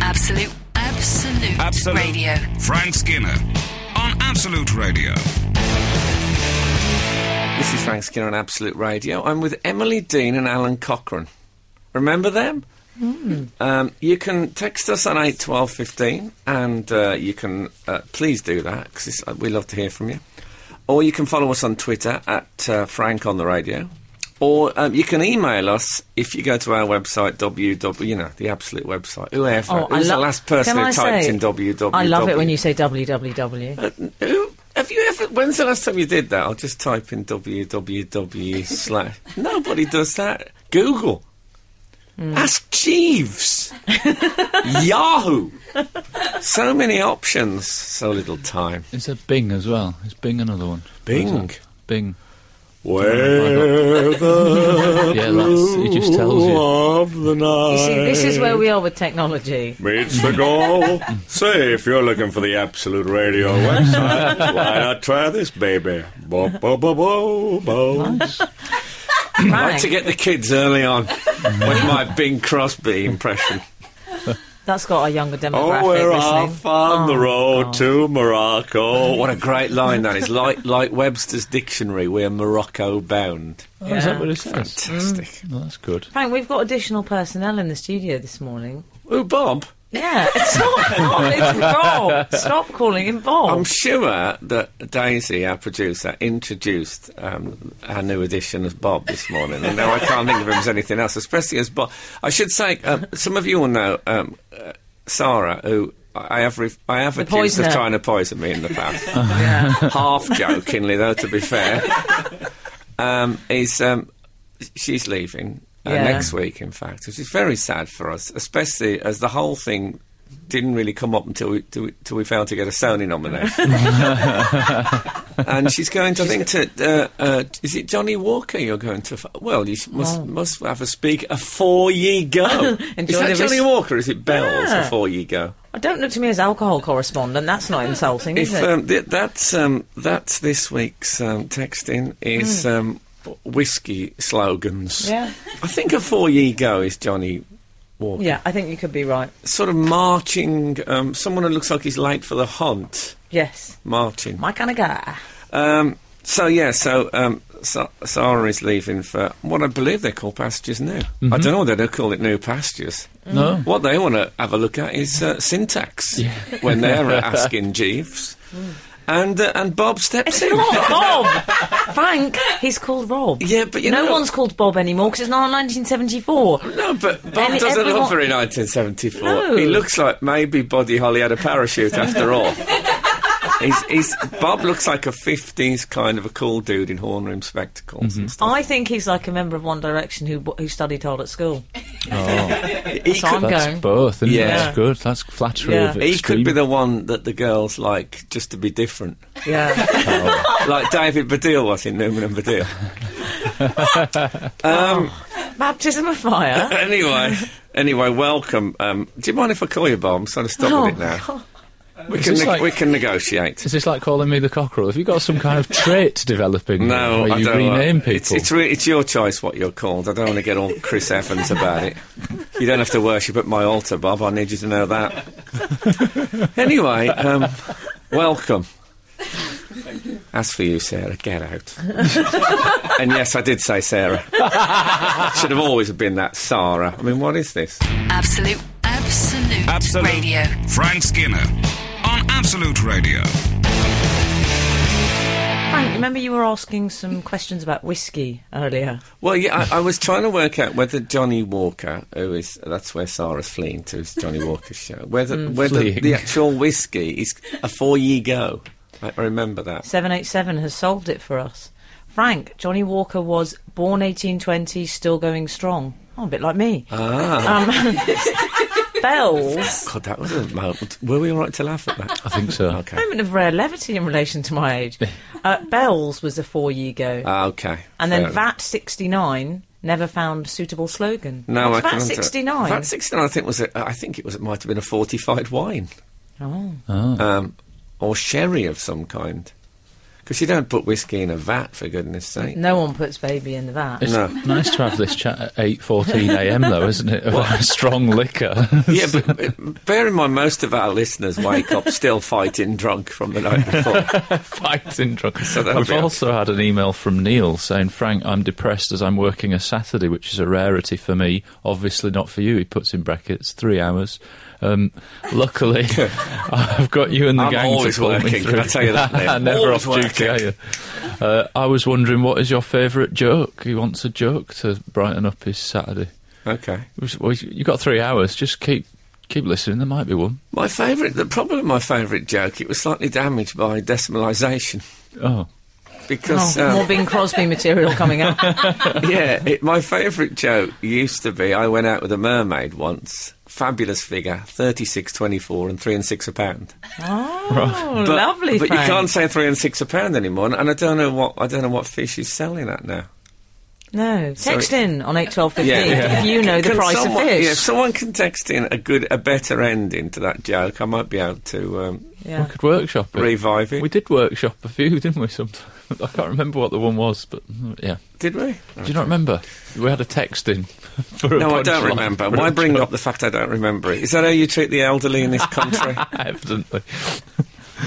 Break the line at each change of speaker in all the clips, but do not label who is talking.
Absolute, absolute,
Absolute.
radio.
Frank Skinner on Absolute Radio.
This is Frank Skinner on Absolute Radio. I'm with Emily Dean and Alan Cochrane. Remember them?
Hmm.
Um, you can text us on eight twelve fifteen, and uh, you can uh, please do that because uh, we love to hear from you. Or you can follow us on Twitter at uh, Frank on the Radio. Or um, you can email us if you go to our website, www, you know, the absolute website. Whoever. Who's
lo-
the last person
Can
who
Oh, I
typed
say-
in E? www?
I love it when you say E. www.
Uh, who- have you ever? When's the last time you did that? I'll just type in www slash. Nobody does that. Google.
Hmm.
Ask Jeeves. Yahoo. So many options. So little time.
Is there Bing as well? Is Bing another one?
Bing.
Bing.
Where the
Yeah, that's, it just tells you. Oh,
of the night.
You see, this is where we are with technology.
Meets the goal. Say, if you're looking for the Absolute Radio website, why not try this, baby? Bo, bo, bo, bo, bo. I like to
Frank,
get the kids early on with my Bing Crosby impression.
that's got our younger demographic
Oh, we're
listening.
off on the
Oh,
road
God.
to Morocco. What a great line that is. Like, like Webster's Dictionary, we're Morocco bound.
Oh, is
Yeah.
that what it says?
Fantastic.
Well, that's good.
Frank, we've got additional personnel in the studio this morning.
Ooh, Bob,
Yeah, it's not Bob, it's Rob. Stop calling him Bob.
I'm sure that Daisy, our producer, introduced um, our new edition as Bob this morning, and now I can't think of him as anything else, especially as Bob. I should say, um, some of you will know um, uh, Sarah, who I have, re- I have accused of
poisoner.
trying to poison me in the past.
yeah.
half jokingly though to be fair um, is um, she's leaving uh,
Yeah.
next week in fact which is very sad for us especially as the whole thing didn't really come up until we, till we, till we failed to get a Sony nomination and she's going to I think to uh, uh, is it Johnny Walker you're going to f- well you s- must must have a speak a four ye go is
Oh. Enjoy
that
the
Johnny
res-
Walker is it Bells
Yeah.
a four ye go
I don't look to me as alcohol correspondent. That's not insulting, is
If
it?
um, th- that's um, that's this week's um, texting is um, whiskey slogans.
Hmm. Yeah.
I think a four ye go is Johnny Walker.
yeah, I think you could be right.
Sort of marching, um, someone who looks like he's late for the hunt,
Yes,
marching.
my kind of guy.
Um, so yeah, so um, Sa- Sarah is leaving for what I believe they call pastures now. I don't know whether they call it new pastures.
Mm.
No?
What they want to have a look at is uh, syntax when they're uh, asking Jeeves. And, uh, and Bob steps
Hmm. It's
in.
not Bob. Frank, he's called Rob.
Yeah, but you
no
know-
one's called Bob anymore because it's not 1974.
No, but Bob
And
doesn't
everyone-
look very 1974.
No.
He looks like maybe Body Holly had a parachute after all. He's, he's, Bob looks like a 50s kind of a cool dude in horn rim spectacles
Mm-hmm.
and
Oh,
stuff.
I think he's like a member of One Direction who who studied hard at school.
He
So I'm
could-
That's
going.
both, isn't
Yeah.
it? That's good. That's flattery
Yeah.
of
he
extreme.
could be the one that the girls like just to be different.
Yeah,
like David Baddiel was in Newman and Baddiel.
baptism of fire.
anyway, anyway, welcome. Um, do you mind if I call you Bob? I'm sort of stopping
Oh,
it now. We can,
this
neg-
like-
we can negotiate.
Is this like calling me the cockerel? Have you got some kind of trait developing?
No,
where
I
you
don't.
rename
want-
people.
It's, it's, re- it's your choice what you're called. I don't want to get all Chris Evans about it. You don't have to worship at my altar, Bob. I need you to know that. anyway, um, welcome. As for you, Sarah, get out. and yes, I did say Sarah. Should have always been that Sarah. I mean, what is this?
Absolute, absolute,
Absolute.
radio.
Frank Skinner on Absolute Radio.
Frank, remember you were asking some questions about whiskey earlier.
Well, yeah, I, I was trying to work out whether Johnny Walker, who is that's where Sarah's fleeing to, is Johnny Walker's show. Whether whether
fleeing.
the actual whiskey is a four ye go. I I remember that.
Seven eight seven has solved it for us. Frank, Johnny Walker was born eighteen twenty, still going strong. Oh, a bit like me.
Ah.
Um, bells.
God, that was a moment. Were we all right to laugh at that?
I think so.
Okay.
moment of rare levity in relation to my age. Uh, Bells was a four year go.
Ah, okay. fair
and then
enough.
VAT 69 never found suitable slogan.
No,
What's
I uh,
VAT
can't.
69.
That sixty-nine, I think was. A, I think it was. It might have been a fortified wine
Oh.
um, or sherry of some kind. 'Cause Because you don't put whiskey in a vat, for goodness sake.
No one puts baby in the vat.
It's
No.
nice to have this chat at 8.14am, though, isn't it? About strong liquor.
Yeah, but uh, bear in mind, most of our listeners wake up still fighting drunk from the night before.
Fighting drunk.
that'll
We've
be-
also had an email from Neil saying, Frank, I'm depressed as I'm working a Saturday, which is a rarity for me. Obviously not for you, he puts in brackets, three hours. Um, luckily, I've got you and the
I'm
gang
always
to pull me
working, can
through.
I tell you that, Neil?
Never
Always
off duty, are you? Uh, I was wondering, what is your favourite joke? He wants a joke to brighten up his Saturday.
okay.
Well, you've got three hours. Just keep keep listening. There might be one.
My favourite, the problem with my favourite joke, it was slightly damaged by decimalisation.
Oh,
Because,
Oh,
um,
more Bing Crosby material coming up.
yeah, it, my favourite joke used to be I went out with a mermaid once, fabulous figure, 36, 24 and 3 and 6 a pound.
Oh, lovely.
But you
Frank.
can't say 3 and 6 a pound anymore, and I don't know what, I don't know what fish is selling at now.
No, text in on eight twelve fifteen
Yeah, yeah.
if you know the
Can
price
someone-
of
Yeah, if
fish.
someone can text in a good, a better ending to that joke, I might be able to um,
Yeah.
we could workshop it.
revive it.
We did workshop a few, didn't we? Sometime I can't remember what the one was, but mm, yeah.
did we?
Do you not remember? We had a text in. For a
No, I don't
punchline
remember.
for a
Why bring
joke,
up the fact I don't remember it? Is that how you treat the elderly in this country?
Evidently,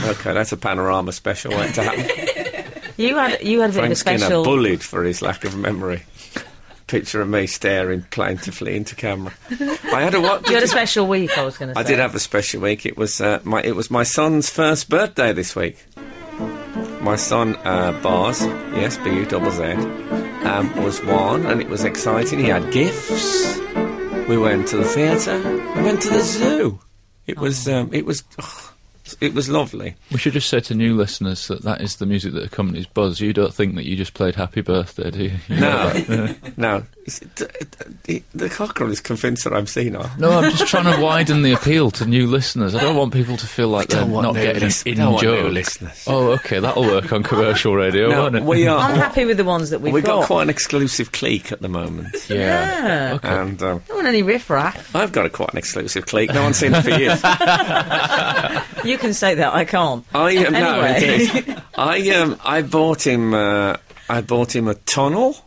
okay, that's a panorama special waiting to happen.
You had you had a bit of a
Frank Skinner
special.
bullied for his lack of memory. Picture of me staring plaintively into camera. I had a what?
you had a special week. I was going to say.
I did have a special week. It was uh, my it was my son's first birthday this week. My son uh, Bars, yes, B U double Z, um, was one, and it was exciting. He had gifts. We went to the theatre. We went to the zoo. It was um, it was it was lovely.
we should just say to new listeners that that is the music that accompanies Buzz. You don't think that you just played Happy Birthday, do you? You know that.
No, no, It's- d- d- d- uh, the cockerel is convinced that I'm senile.
No, I'm just trying to widen the appeal to new listeners. I don't want people to feel like
We
they're
don't want
not
new
getting
lis-
an in
don't want new
joke.
listeners.
Oh, okay, that'll work on commercial radio,
No,
won't it?
we
I'm
are.
happy with the ones that we've,
We've got quite an exclusive clique at the moment,
Yeah.
Yeah.
Okay.
and. Um,
Don't want any riffraff.
I've got a quite an exclusive clique. No one's seen it for years. I
You can say that. I can't.
um, no, it
Anyway.
is. I um, I bought him. Uh, I bought him a tunnel.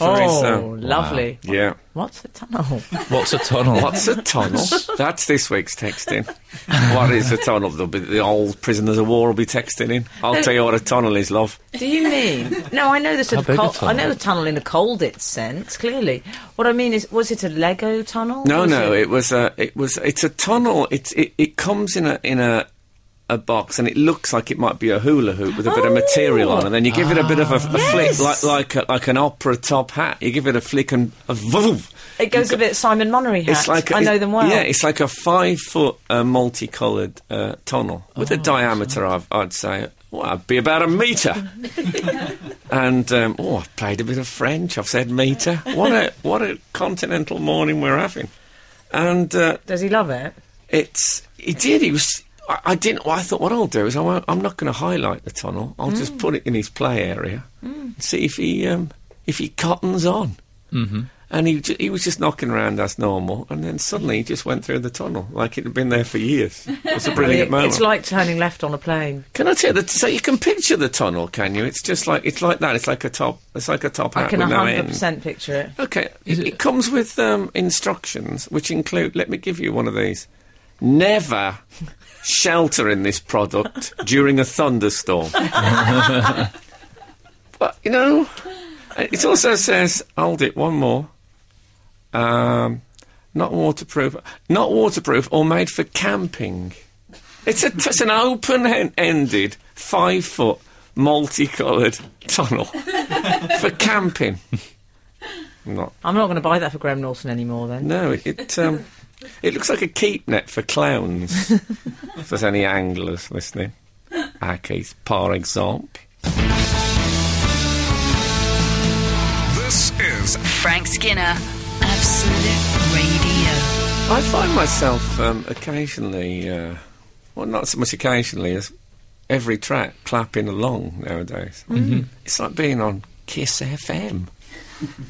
Oh,
For his, um,
lovely.
yeah.
What's a tunnel?
What's a tunnel?
What's a tunnel? That's this week's texting. what is a tunnel? There'll be, the old prisoners of war will be texting in. I'll tell you what a tunnel is, love.
Do you mean? No, I know the sort
How
of
big a
col- I
tunnel?
know the tunnel in a cold its sense. Clearly, what I mean is, was it a Lego tunnel?
No,
Was
no,
it-
it was a, it was, it's a tunnel. It's, it, it comes in a, in a, a box, and it looks like it might be a hula hoop with a bit of material on, and then you give it a bit of a, a
Oh. Ah, Yes.
flick, like like a, like an opera top hat. You give it a flick and a vroom.
It goes a bit Simon Monery hat.
It's like a-
I know them well.
Yeah, it's like a five foot uh, multicoloured uh, tunnel with
Oh,
a diameter of I'd say well, it'd be about a metre. and um, oh, I've played a bit of French. I've said metre. What a what a continental morning we're having. And uh,
Does he love it?
it's he did. He was. I, I didn't. Well, I thought what I'll do is I won't, I'm not going to highlight the tunnel. I'll just put it in his play area and see if he um, if he cottons on. Mm-hmm. And he ju- he was just knocking around as normal, and then suddenly he just went through the tunnel like it had been there for years. It was a brilliant
It-
moment.
It's like turning left on a plane.
can I tell you that? So you can picture the tunnel, can you? It's just like it's like that. It's like a top. It's like a top
I
hat
can
with Uh, no
100
end.
percent picture it.
Okay,
Is
it,
it-
it comes with um, instructions which include. Let me give you one of these. Never shelter in this product during a thunderstorm. but you know, it also says hold it one more. Um, not waterproof, not waterproof, or made for camping. It's a t- it's an open-ended five-foot multicoloured tunnel for camping. Not.
I'm not going to buy that for Graham Norton anymore. Then
No, it it, um, it looks like a keep net for clowns. if there's any anglers listening, our case, par exemple.
This is
Frank Skinner, Absolute Radio.
I find myself um, occasionally, uh, well, not so much occasionally as every track clapping along nowadays. Mm-hmm. It's like being on Kiss FM.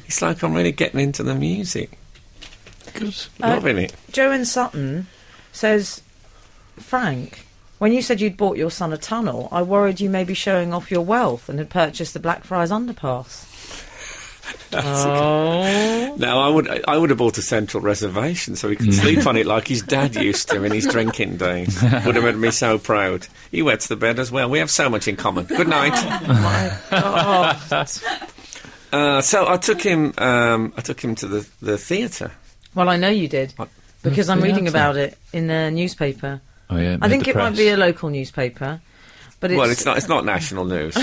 it's like I'm really getting into the music,
Good.
loving it.
Joan Sutton says, Frank. When you said you'd bought your son a tunnel, I worried you may be showing off your wealth and had purchased the Blackfriars underpass. oh,
No, I would I would have bought a central reservation so he
Mm.
could sleep on it like his dad used to in his drinking days. Would have made me so proud. He wets the bed as well. We have so much in common. Good night.
Oh, my God.
Uh, so I took him. Um, I took him to the the theatre.
Well, I know you did
What?
because I'm
Yeah,
reading
that's
about it in the newspaper.
Oh yeah,
I think
the
it might
press.
be a local newspaper, but it's,
Well, it's not. It's not national news.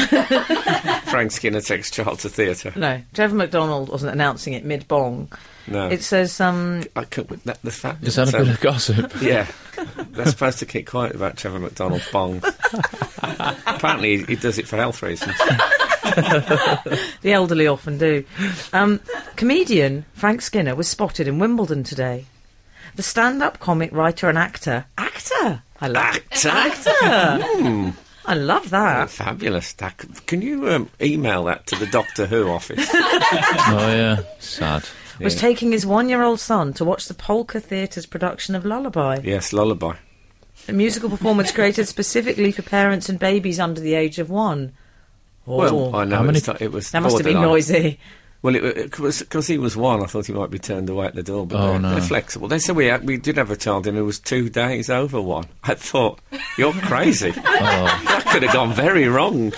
Frank Skinner takes child to theatre.
No, Trevor McDonald wasn't announcing it mid bong.
No,
It says um,
I could, that, the fact
Is that a
so-
bit of gossip?
Yeah. They're supposed to keep quiet about Trevor McDonald's bong. Apparently, he, he does it for health reasons.
the elderly often do. Um, comedian Frank Skinner was spotted in Wimbledon today. The stand-up comic, writer, and actor. Actor, I love.
Actor! Hmm.
I love that.
Fabulous. That, c- can you um, email that to the Doctor Who office?
oh yeah, sad.
Was taking his one-year-old son to watch the Polka Theatre's production of Lullaby.
yes, Lullaby.
A musical performance created specifically for parents and babies under the age of one. Oh,
Well, I know.
How
it's
many-
like- it was
that must have been
borderline.
noisy.
Well, it because he was one, I thought he might be turned away at the door, but
Oh,
they're,
no.
they're flexible. They said we had, we did have a child in who was two days over one. I thought you're crazy. That could have gone very wrong.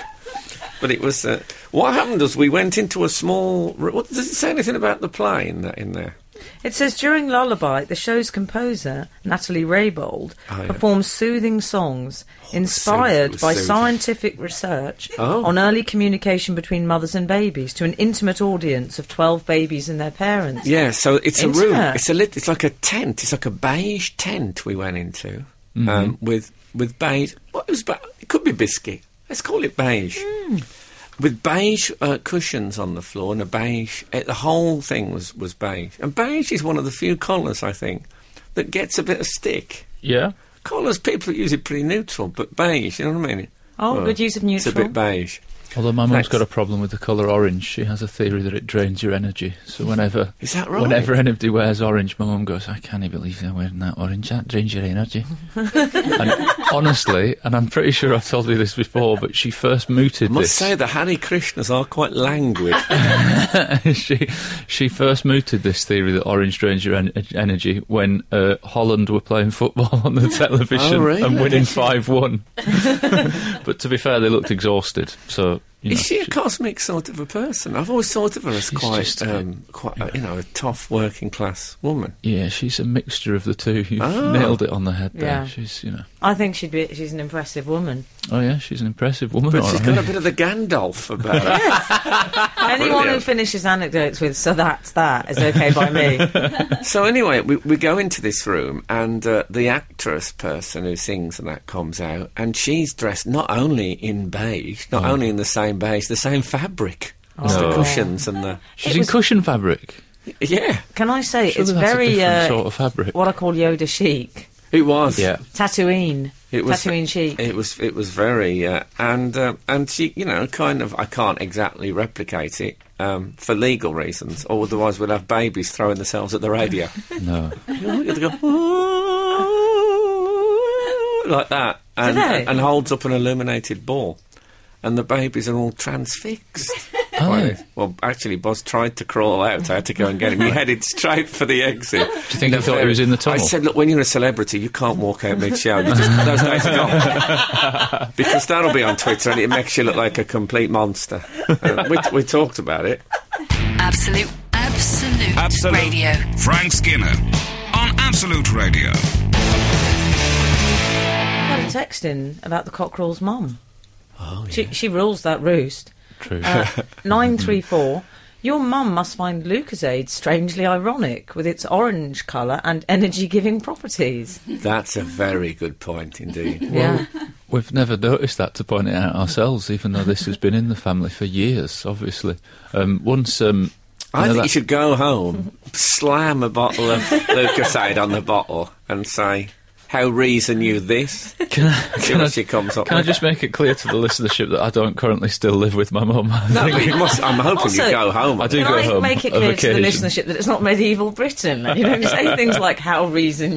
But it was uh, what happened was we went into a small. r- What, does it say anything about the play in, that, in there?
It says during Lullaby, the show's composer, Natalie Raybould,
Oh, yeah.
performs soothing songs inspired
soothing-
by
soothing.
scientific research
Oh.
on early communication between mothers and babies to an intimate audience of 12 babies and their parents.
Yeah, so it's a
Into
room.
that.
It's a lit. It's like a tent. It's like a beige tent we went into um, with with beige. What it was ba- it could be biscuit. Let's call it beige.
Hmm.
With beige uh, cushions on the floor and a beige. It, the whole thing was was beige. And beige is one of the few colours I think that gets a bit of stick.
Yeah.
Colours people use it pretty neutral, but beige. You know what I mean?
Oh, good use of
It's a
neutral.
bit beige.
Although my mum's
Thanks.
got a problem with the colour orange, she has a theory that it drains your energy. So whenever
Is that right?
whenever anybody wears orange, my mum goes, "I can't believe they're wearing that orange. That drains your energy." and honestly, and I'm pretty sure I've told you this before, but she first mooted
I must
this.
say the Hare Krishnas are quite languid.
she she first mooted this theory that orange drains your en- energy when uh, Holland were playing football on the television
Oh, really?
and winning five one. but to be fair, they looked exhausted. So you know,
Is she a cosmic sort of a person? I've always thought of her as
She's
quite,
just a-
um, quite, a, you know, a tough working class woman.
yeah, she's a mixture of the two. You've
Oh.
nailed it on the head there.
Yeah.
She's you know.
I think she'd be, she's an impressive woman.
Oh yeah, she's an impressive woman.
But
all
she's
right.
got a bit of the Gandalf about her.
Anyone who
Ah, Brilliant.
finishes anecdotes with, so that's that, is okay by me.
So anyway, we, we go into this room, and uh, the actress person who sings and that comes out, and she's dressed not only in beige,
Mm.
not only in the same beige, the same fabric as
No.
the cushions and the
She's
It
in
was-
cushion fabric.
yeah,
Can I say,
Surely
it's
that's a
very,
different
uh,
sort of fabric.
what I call Yoda chic.
it was
Yeah. Oh,
Tatooine.
It was
Tatooine chic.
It was it was very uh, and um, and she you know kind of I can't exactly replicate it um, for legal reasons, or otherwise we'd have babies throwing themselves at the radio
No.
You'd go, like that, and,
Do they?
and holds up an illuminated ball, and the babies are all transfixed.
Oh,
By
yeah.
this. Well, actually, Boz tried to crawl out. I had to go and get him. He headed straight for the exit. Do you
think he thought he was in the tunnel?
I said, look, when you're a celebrity, you can't walk out mid-show. You just, those days are gone. because that'll be on Twitter, and it makes you look like a complete monster. Uh, we, we talked about it.
Absolute, absolute,
Absolute.
radio.
Frank Skinner on Absolute Radio.
I had a text in about the cockerel's mum. Oh, she, she rules that roost.
True.
uh, Nine three four. Your mum must find Lucasade strangely ironic with its orange colour and energy-giving properties.
That's a very good point indeed.
yeah,
We've never noticed that to point it out ourselves, even though this has been in the family for years, obviously. Um, once. Um,
I
know
think
that-
you should go home, slam a bottle of Lucasade on the bottle, and say, How Reason knew this?
Can I,
See what she comes up
can I
with.
just make it clear to the listenership that I don't currently still live with my mum? I
No,
think-
but you must, I'm hoping
Also-
you go home.
I do
Can
go
I
um,
home
make it
on
clear to the
vacation.
listenership that it's not medieval Britain? You don't say things like "How reason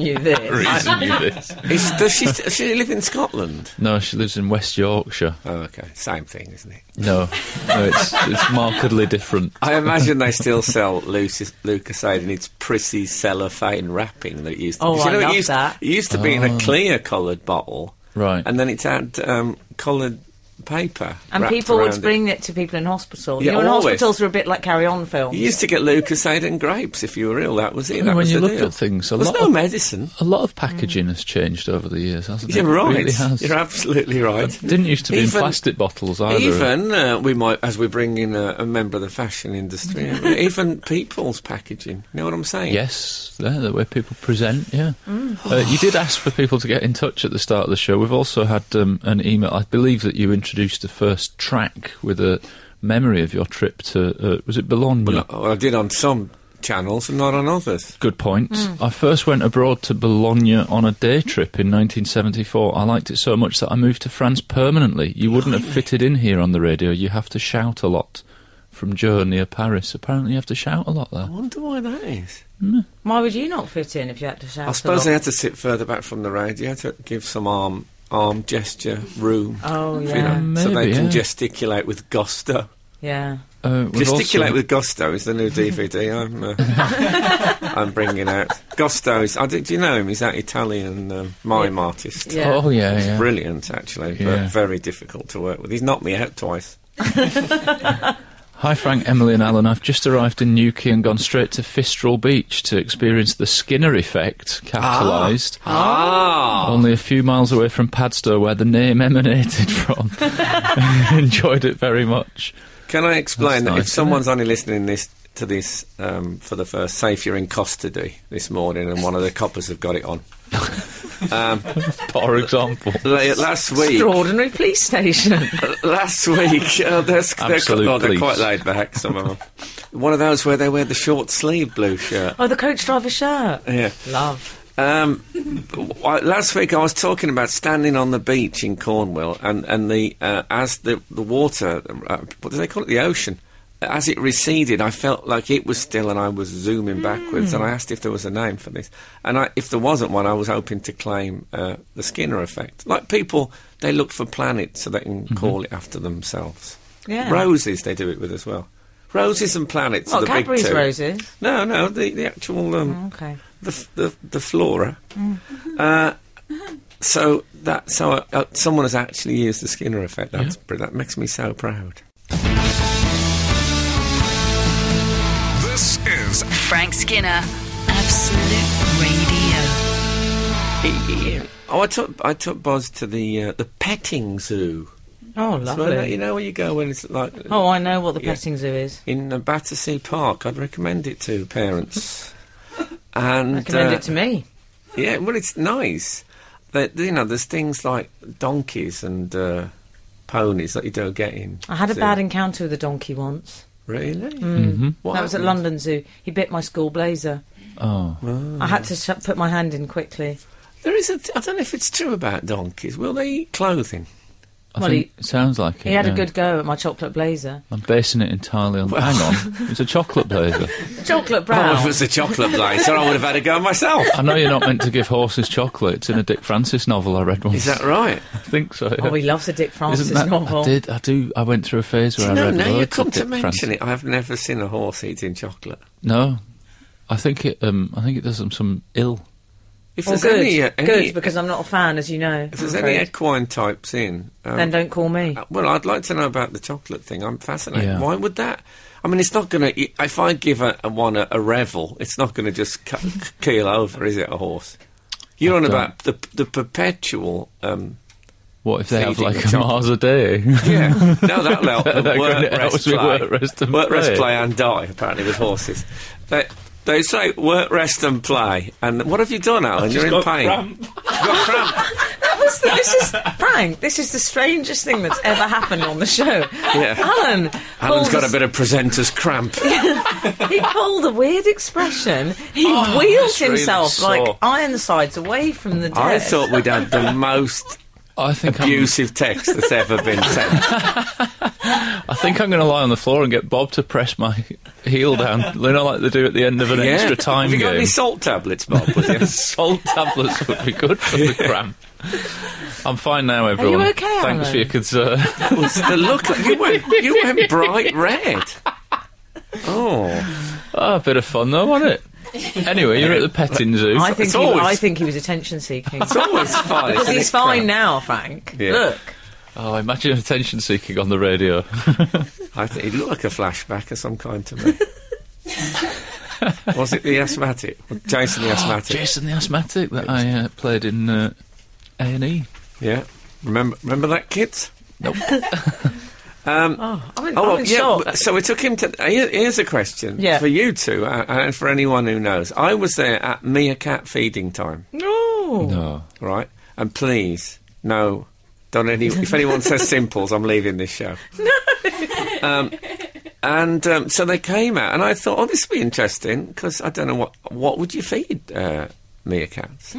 you this."
Reason you this.
Is, does she, does she live in Scotland?
No, she lives in West Yorkshire.
Oh, okay. Same thing, isn't it?
No, no, it's it's markedly different.
I imagine they still sell Lucis, Lucasade in its prissy cellophane wrapping that it used to
Oh,
you
I
know,
love
it used,
that.
It used to be in a clear coloured bottle.
Oh. Right.
And then it had um, coloured paper.
And
wrapped
people
around
would
it.
bring it to people in hospital.
Yeah,
you know, and
always.
hospitals are a bit like carry-on
You
films.
used to get Lucasade and grapes if you were ill. That was it.
And
That
when
was
you
the
look
deal.
at things, a
There's
lot
no
of-
medicine.
A lot of packaging has changed over the years, hasn't it?
You're
It
right.
really has.
You're absolutely right.
Didn't used to be
Even-
in plastic bottles either.
Even uh, we might, as we bring in a, a member of the fashion industry, even people's packaging. You know what I'm saying?
Yes, yeah, the way people present, yeah. Uh, you did ask for people to get in touch at the start of the show. We've also had um, an email. I believe that you introduced the first track with a memory of your trip to, uh, was it Bologna?
Well, I I did on some channels and not on others.
Good point. I first went abroad to Bologna on a day trip in 1974. I liked it so much that I moved to France permanently. You wouldn't have fitted in here on the radio. You have to shout a lot. From Joe near Paris. Apparently, you have to shout a lot there.
I wonder why that is.
Why would you not fit in if you had to shout?
I suppose
a
they
lot?
had to sit further back from the radio to give some arm arm gesture room.
Oh
you
yeah,
know, so they
Maybe,
can
yeah.
gesticulate with gusto.
yeah.
Uh, we've
Gesticulate
also-
with gusto is the new DVD I'm uh, I'm bringing out. Gusto is. I do, do you know him? He's that Italian um, mime artist.
Yeah.
Oh yeah,
He's
yeah.
brilliant, actually,
Yeah.
but very difficult to work with. He's knocked me out twice.
Hi Frank, Emily, and Alan. I've just arrived in Newquay and gone straight to Fistral Beach to experience the Skinner effect, capitalised.
Ah,
Only a few miles away from Padstow, where the name emanated from. Enjoyed it very much.
can I explain
That's
that
nice,
if
isn't
someone's only listening this to this um, for the first, say if you're in custody this morning and one of the coppers have got it on.
For example.
La- Last week,
Extraordinary police station.
last week, uh, they're, s- they're,
Absolute
well, they're
police.
quite laid back. Some of them. One of those where they wear the short sleeve blue shirt.
oh, the coach driver shirt.
Yeah.
Love.
Um, w- I- last week I was talking about standing on the beach in Cornwall, and and the uh, as the the water, uh, what do they call it, the ocean, as it receded, I felt like it was still, and I was zooming backwards.
Hmm.
And I asked if there was a name for this, and I, if there wasn't one, I was hoping to claim uh, the Skinner effect. Like people, they look for planets so they can call it after themselves.
Mm-hmm. Yeah.
Roses, they do it with as well. Roses and planets
What
are the
Cadbury's
big two.
roses?
No, no, the, the actual um,
Okay.
the f- the, the flora.
Mm.
Uh, so that so uh, uh, someone has actually used the Skinner effect. That's br- that makes me so proud.
This is
Frank Skinner, Absolute Radio.
Oh, I took I took Boz to the uh, the petting zoo.
Oh,
It's where they- you
lovely.
know where you go when it's like
Oh, I know what the
Yeah.
petting zoo is.
in uh, Battersea Park. I'd recommend it to parents. and
Recommend
uh,
it to me.
Yeah, well, it's nice. That you know, there's things like donkeys and uh, ponies that you don't get in.
I had a
zoo.
bad encounter with a donkey once.
Really? What
that was at
happened?
London Zoo. He bit my school blazer.
Oh.
I
Mm.
had to sh- put my hand in quickly.
There is a. T- I don't know if it's true about donkeys. Will they eat clothing?
I
Well,
think it sounds like it.
He had
yeah.
a good go at my chocolate blazer.
I'm basing it entirely on. Hang on. It's a chocolate blazer.
Chocolate
Oh, if it
brown.
was a chocolate blazer, I would have had a go myself.
I know you're not meant to give horses chocolate. It's in a Dick Francis novel I read once.
Is that right?
I think so. yeah.
Oh, he loves a Dick Francis
Isn't that,
novel.
I did. I do. I went through a phase where
No,
I read
now
loads
you
of
come to
Dick
mention
Francis.
it, I've never seen a horse eating chocolate.
No, I think it. Um, I think it does them some ill.
If
Well,
there's
Oh, good,
any, uh, any
good, because I'm not a fan, as you know.
if there's
I'm
any
afraid.
equine types in, um,
then don't call me.
uh, well, I'd like to know about the chocolate thing. I'm fascinated.
Yeah.
Why would that? I mean, it's not going to. If I give a, a one a, a revel, it's not going to just cu- keel over, is it? A horse? You're on
don't-
about the the perpetual. Um,
What if they have
Feeding
like
the
a
chocolate.
Mars a day?
Yeah, no, that'll help. them.
That
work,
helps
rest,
with
play.
work, rest and
Work, rest,
play.
play and die. Apparently with horses, they, they say work, rest and play. And what have you done, Alan? You're in pain. You've got cramp.
is the, this is Frank. This is the strangest thing that's ever happened on the show. Alan.
Alan's
pulled
got
a
a bit of presenter's cramp.
he pulled a weird expression. He wheels
Oh, that's really
himself
sore.
like Ironsides away from the desk.
I thought we'd had the most
I think I'm,
abusive text that's ever been sent.
I think I'm going to lie on the floor and get Bob to press my heel down, you know, like they do at the end of an extra time
Have you got
game.
any salt tablets, Bob? With you?
Salt tablets would be good for the cramp. I'm fine now, everyone.
okay,
Thanks
Alan?
for your concern.
That was the look. You went, you went bright red. Oh,
oh, a bit of fun though, wasn't it? Anyway, you're at the petting zoo.
I think
It's
he,
always-
I think he was attention seeking.
it's always fun.
Because
isn't
he's
it,
fine
cramp?
now, Frank.
Yeah.
Look.
Oh, imagine attention seeking on the radio.
I think it looked like a flashback of some kind to me. was it the asthmatic? Jason
Oh,
the asthmatic.
Jason the asthmatic that I uh, played in uh, E. A&E.
Yeah. Remember, remember that, kids?
Oh, I'm in,
Oh,
I'm
well,
in
yeah.
shock.
but- So we took him to. here- Here's a question
Yeah.
for you two, uh, and for anyone who knows. I was there at meerkat feeding time,
No.
No.
right? And please, no, don't any. if anyone says simples, I'm leaving this show. No. Um, and um, so they came out, and I thought, oh, this will be interesting because I don't know what what would you feed uh, meerkats.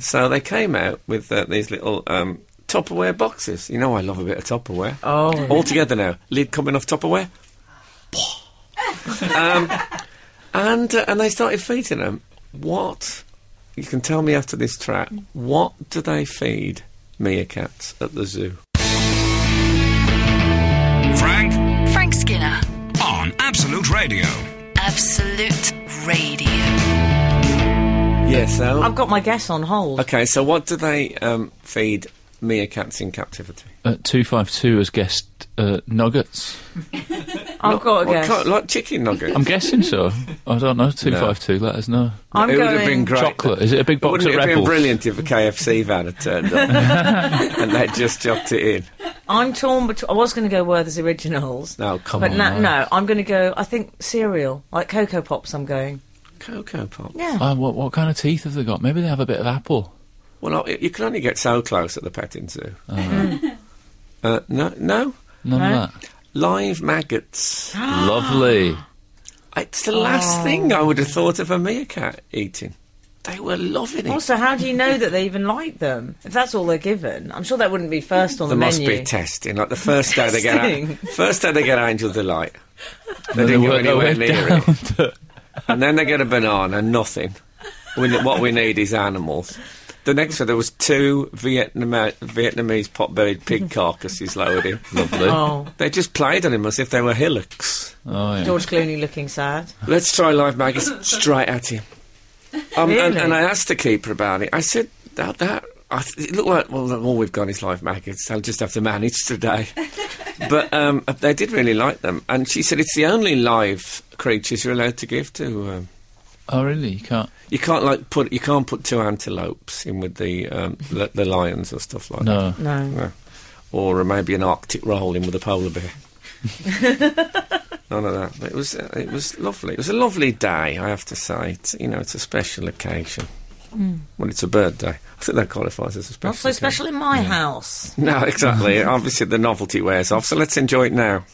So they came out with uh, these little um, Tupperware boxes. You know, I love a bit of Tupperware.
Oh.
All together now. Lid coming off Tupperware. um, and uh, and they started feeding them. What? You can tell me after this track. What do they feed meerkats at the zoo?
Frank
Frank Skinner.
on Absolute Radio.
Absolute Radio.
Yes, so
I've got my guess on hold.
okay. So what do they um, feed meerkats in captivity?
Uh, 252 has guessed uh, nuggets.
I've got a
What
guess.
kind- like chicken nuggets.
I'm guessing so. I don't know. 252, let us know.
I'm
it would
going.
have been great.
Chocolate. Is it a big box
Wouldn't
of
it have been
Rebels?
brilliant if a KFC van had turned up and they just chucked it in?
I'm torn between. I was going to go Werther's Originals.
No, Oh, come
But
on.
no, no, I'm going to go. I think cereal, like Cocoa Pops. I'm going.
Cocoa Pop.
Yeah.
Uh, what, what kind of teeth have they got? Maybe they have a bit of apple.
Well, I, you can only get so close at the petting zoo.
Uh-huh.
uh, no, no,
None
No.
of that.
live maggots.
Lovely.
it's the last thing I would have thought of a meerkat eating. They were loving it.
Also, how do you know that they even like them? If that's all they're given, I'm sure that wouldn't be first on
There
the
must
menu.
be testing. Like the first day they get,
Testing.
first day they get Angel Delight, they
Then
didn't
they
go
work their
anywhere near
way down
it, and then they get a banana. Nothing. We, ne- what we need is animals. The next one, there was two Vietnam- Vietnamese pot-bellied pig carcasses loaded in.
Lovely.
oh,
Oh,
They just played on him as if they were hillocks.
yeah.
George Clooney looking sad.
Let's try live maggots straight at him. Um, and,
Really?
and I asked the keeper about it. I said that that I th- it looked like well, all we've got is live maggots. I'll just have to manage today. but um, they did really like them, and she said it's the only live creatures you're allowed to give to. Um,
Oh, really? You can't.
you can't like put you can't put two antelopes in with the um, the, the lions or stuff like that.
No.
No.
No. Or maybe an Arctic roll in with a polar bear. None of that. But it was uh, it was lovely. It was a lovely day, I have to say. It's, you know, it's a special occasion. Well, it's a birthday. I think that qualifies as a special.
Mm. Not so special in my house.
occasion. No, exactly. Obviously, the novelty wears off. So let's enjoy it now.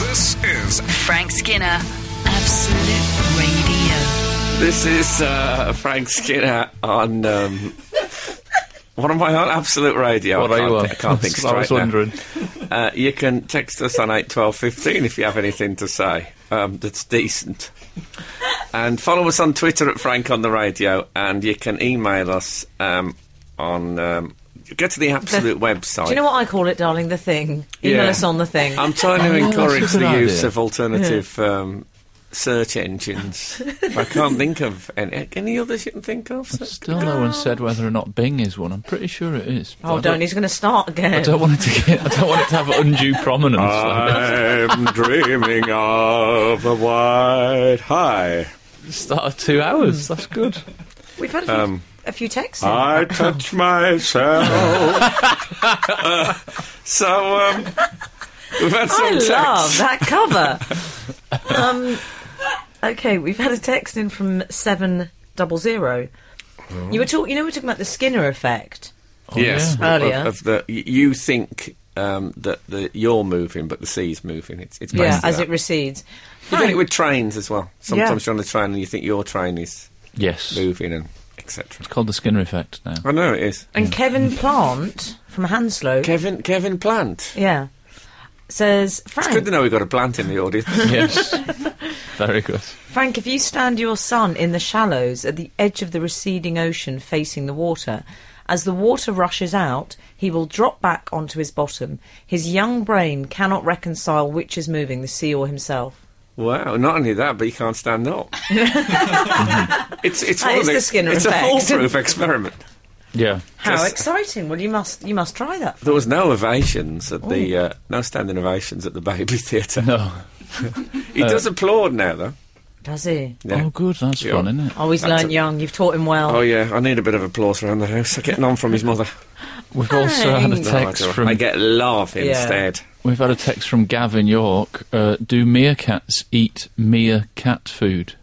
This is
Frank Skinner. Absolute Radio.
This is uh, Frank Skinner on. Um, what am I on? Absolute Radio.
What
I
are
can't
you on?
thi- I can't think
That's what
straight
I was
now.
wondering.
Uh, you can text us on 81215 if you have anything to say um, that's decent. And follow us on Twitter at Frank on the Radio, and you can email us um, on. Um, get to the Absolute website.
Do you know what I call it, darling? The thing. Email
Yeah.
us on the thing.
I'm trying to
Oh, that's
encourage the
a good
use
idea.
of alternative um, search engines. I can't think of any, any others you can think of. So-
Still, no one said whether or not Bing is one. I'm pretty sure it is. but I
oh, don't. He's going to start
I
again.
don't want it to get. I don't want it to have undue prominence. like
I'm dreaming of a white high.
that. Start of two hours. That's good.
We've had a few, a few texts. in.
Um, I touch myself. Uh, so, um, we've had some
I
texts.
love that cover. um, okay, we've had a text in from seven double zero. You were talking, you know, we were talking about the Skinner effect.
Oh,
yes,
yeah.
of-
Earlier.
Of, the y- you think um, that the you're moving, but the sea's moving. It's it's
Yeah,
basically
as
that.
it recedes.
You've done
Frank,
it with trains as well. Sometimes you're on a train and you think your train is
Yes. It's
moving and etc.
called the Skinner effect now.
I know it is.
and Kevin Plant from Hanslow.
Kevin Kevin Plant.
yeah. Says Frank.
It's good to know we've got a plant in the audience.
yes. Very good.
Frank, if you stand your son in the shallows at the edge of the receding ocean facing the water, as the water rushes out, he will drop back onto his bottom. His young brain cannot reconcile which is moving, the sea or himself.
Wow, not only that, but you can't stand up. it's it's
Mm-hmm. That
one of
is the Skinner
It's
effect.
a foolproof experiment.
Yeah.
How
Just-
exciting! Well, you must you must try that.
There was no ovations at the
Oh.
uh, no standing ovations at the baby theatre.
No.
He does applaud now though.
Does he?
Yeah.
Oh, good. That's
Yeah.
fun, isn't it?
Always
That's
learn
a-
young. You've taught him well.
Oh yeah, I need a bit of applause around the house. I get none from his mother.
We've also had a
Thanks.
text
No, I,
from
I get love instead.
we've had a text from Gavin York. Uh, do meerkats eat meerkat food?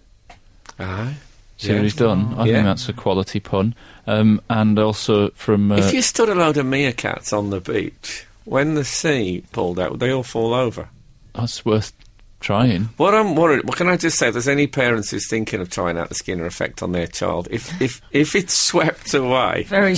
Aye.
See what
Yeah.
he's done. I
Yeah.
think that's a quality pun. Um, and also from uh,
if you stood a load of meerkats on the beach, when the sea pulled out, would they all fall over?
that's worth trying.
What I'm worried. What can I just say? If there's any parents who's thinking of trying out the Skinner effect on their child, if if if it's swept away,
Very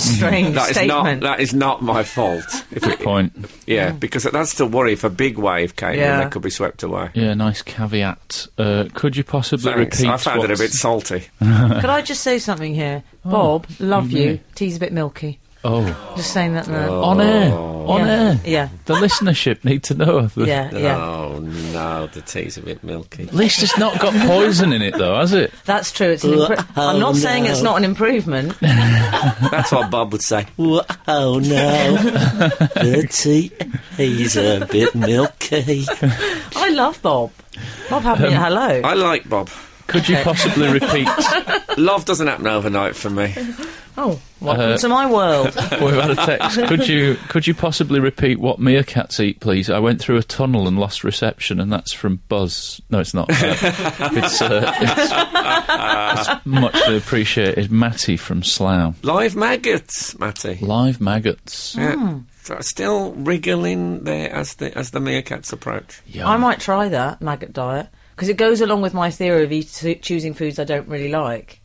strange
that is not
statement.
that is not my fault. If it,
Point.
yeah, because that's the worry. If a big wave came,
Yeah.
in, they could be swept away.
Yeah, nice caveat. Uh, could you possibly
Thanks.
repeat?
I found it a
what's-
bit salty.
Could I just say something here, Bob?
Mm-hmm.
Love you. Tea's a bit milky.
Oh,
Just saying that there.
on air, on
yeah.
air.
Yeah.
The listenership need to know. The
Yeah. Yeah.
Oh no, the tea's a bit milky.
list has not got poison in it, though, has it?
That's true. It's an impro- I'm
Oh,
not saying it's not an improvement.
That's what Bob would say.
Oh no, the tea, he's a bit milky.
I love Bob. Bob had
Um,
me at hello.
I like Bob.
Could you possibly repeat?
Love doesn't happen overnight for me.
oh, welcome
Uh,
to my world.
We've had a text. Could you could you possibly repeat what meerkats eat, please? I went through a tunnel and lost reception, and that's from Buzz. No, it's not. Uh, it's, uh, it's, it's much appreciated. Matty from Slough.
Live maggots, Matty.
Live maggots.
Yeah. So still wriggling there as the as the meerkats approach.
Yum.
I might try that maggot diet because it goes along with my theory of eat- choosing foods I don't really like,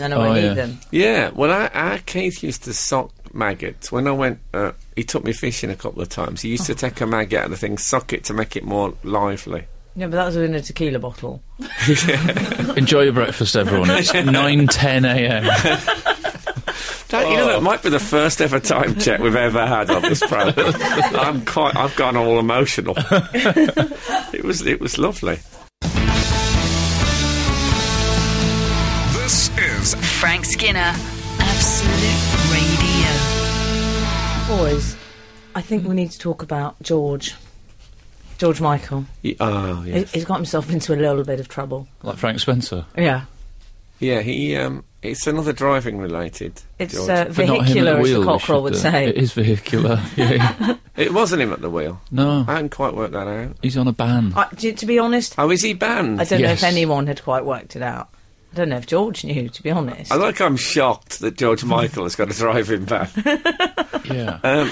and then I
Oh,
won't
yeah.
eat them.
Yeah. Well, I, I Keith used to sock maggots when I went. Uh, he took me fishing a couple of times. He used to take a maggot out of the thing, sock it to make it more lively.
Yeah, but that was in a tequila bottle.
Enjoy your breakfast, everyone. It's nine ten a.m.
That, You know, that might be the first ever time check we've ever had on this program. I'm quite. I've gone all emotional. it was. It was lovely.
This is
Frank Skinner, Absolute Radio.
Boys, I think we need to talk about George. George Michael.
He- oh
He-
yes.
He's got himself into a little bit of trouble.
Like Frank Spencer.
Yeah.
Yeah. He. Um. It's another driving related.
It's
George.
uh,
But not him at
vehicular, as
wheel,
the
we
cockerel
should,
would
uh,
say.
It is vehicular. Yeah.
It wasn't him at the wheel.
No,
I hadn't quite worked that out.
he's on a ban.
I, to, to be honest,
Oh, is he banned?
I don't know
Yes.
if anyone had quite worked it out. I don't know if George knew, to be honest.
I like I'm shocked that George Michael has got a driving ban.
Yeah.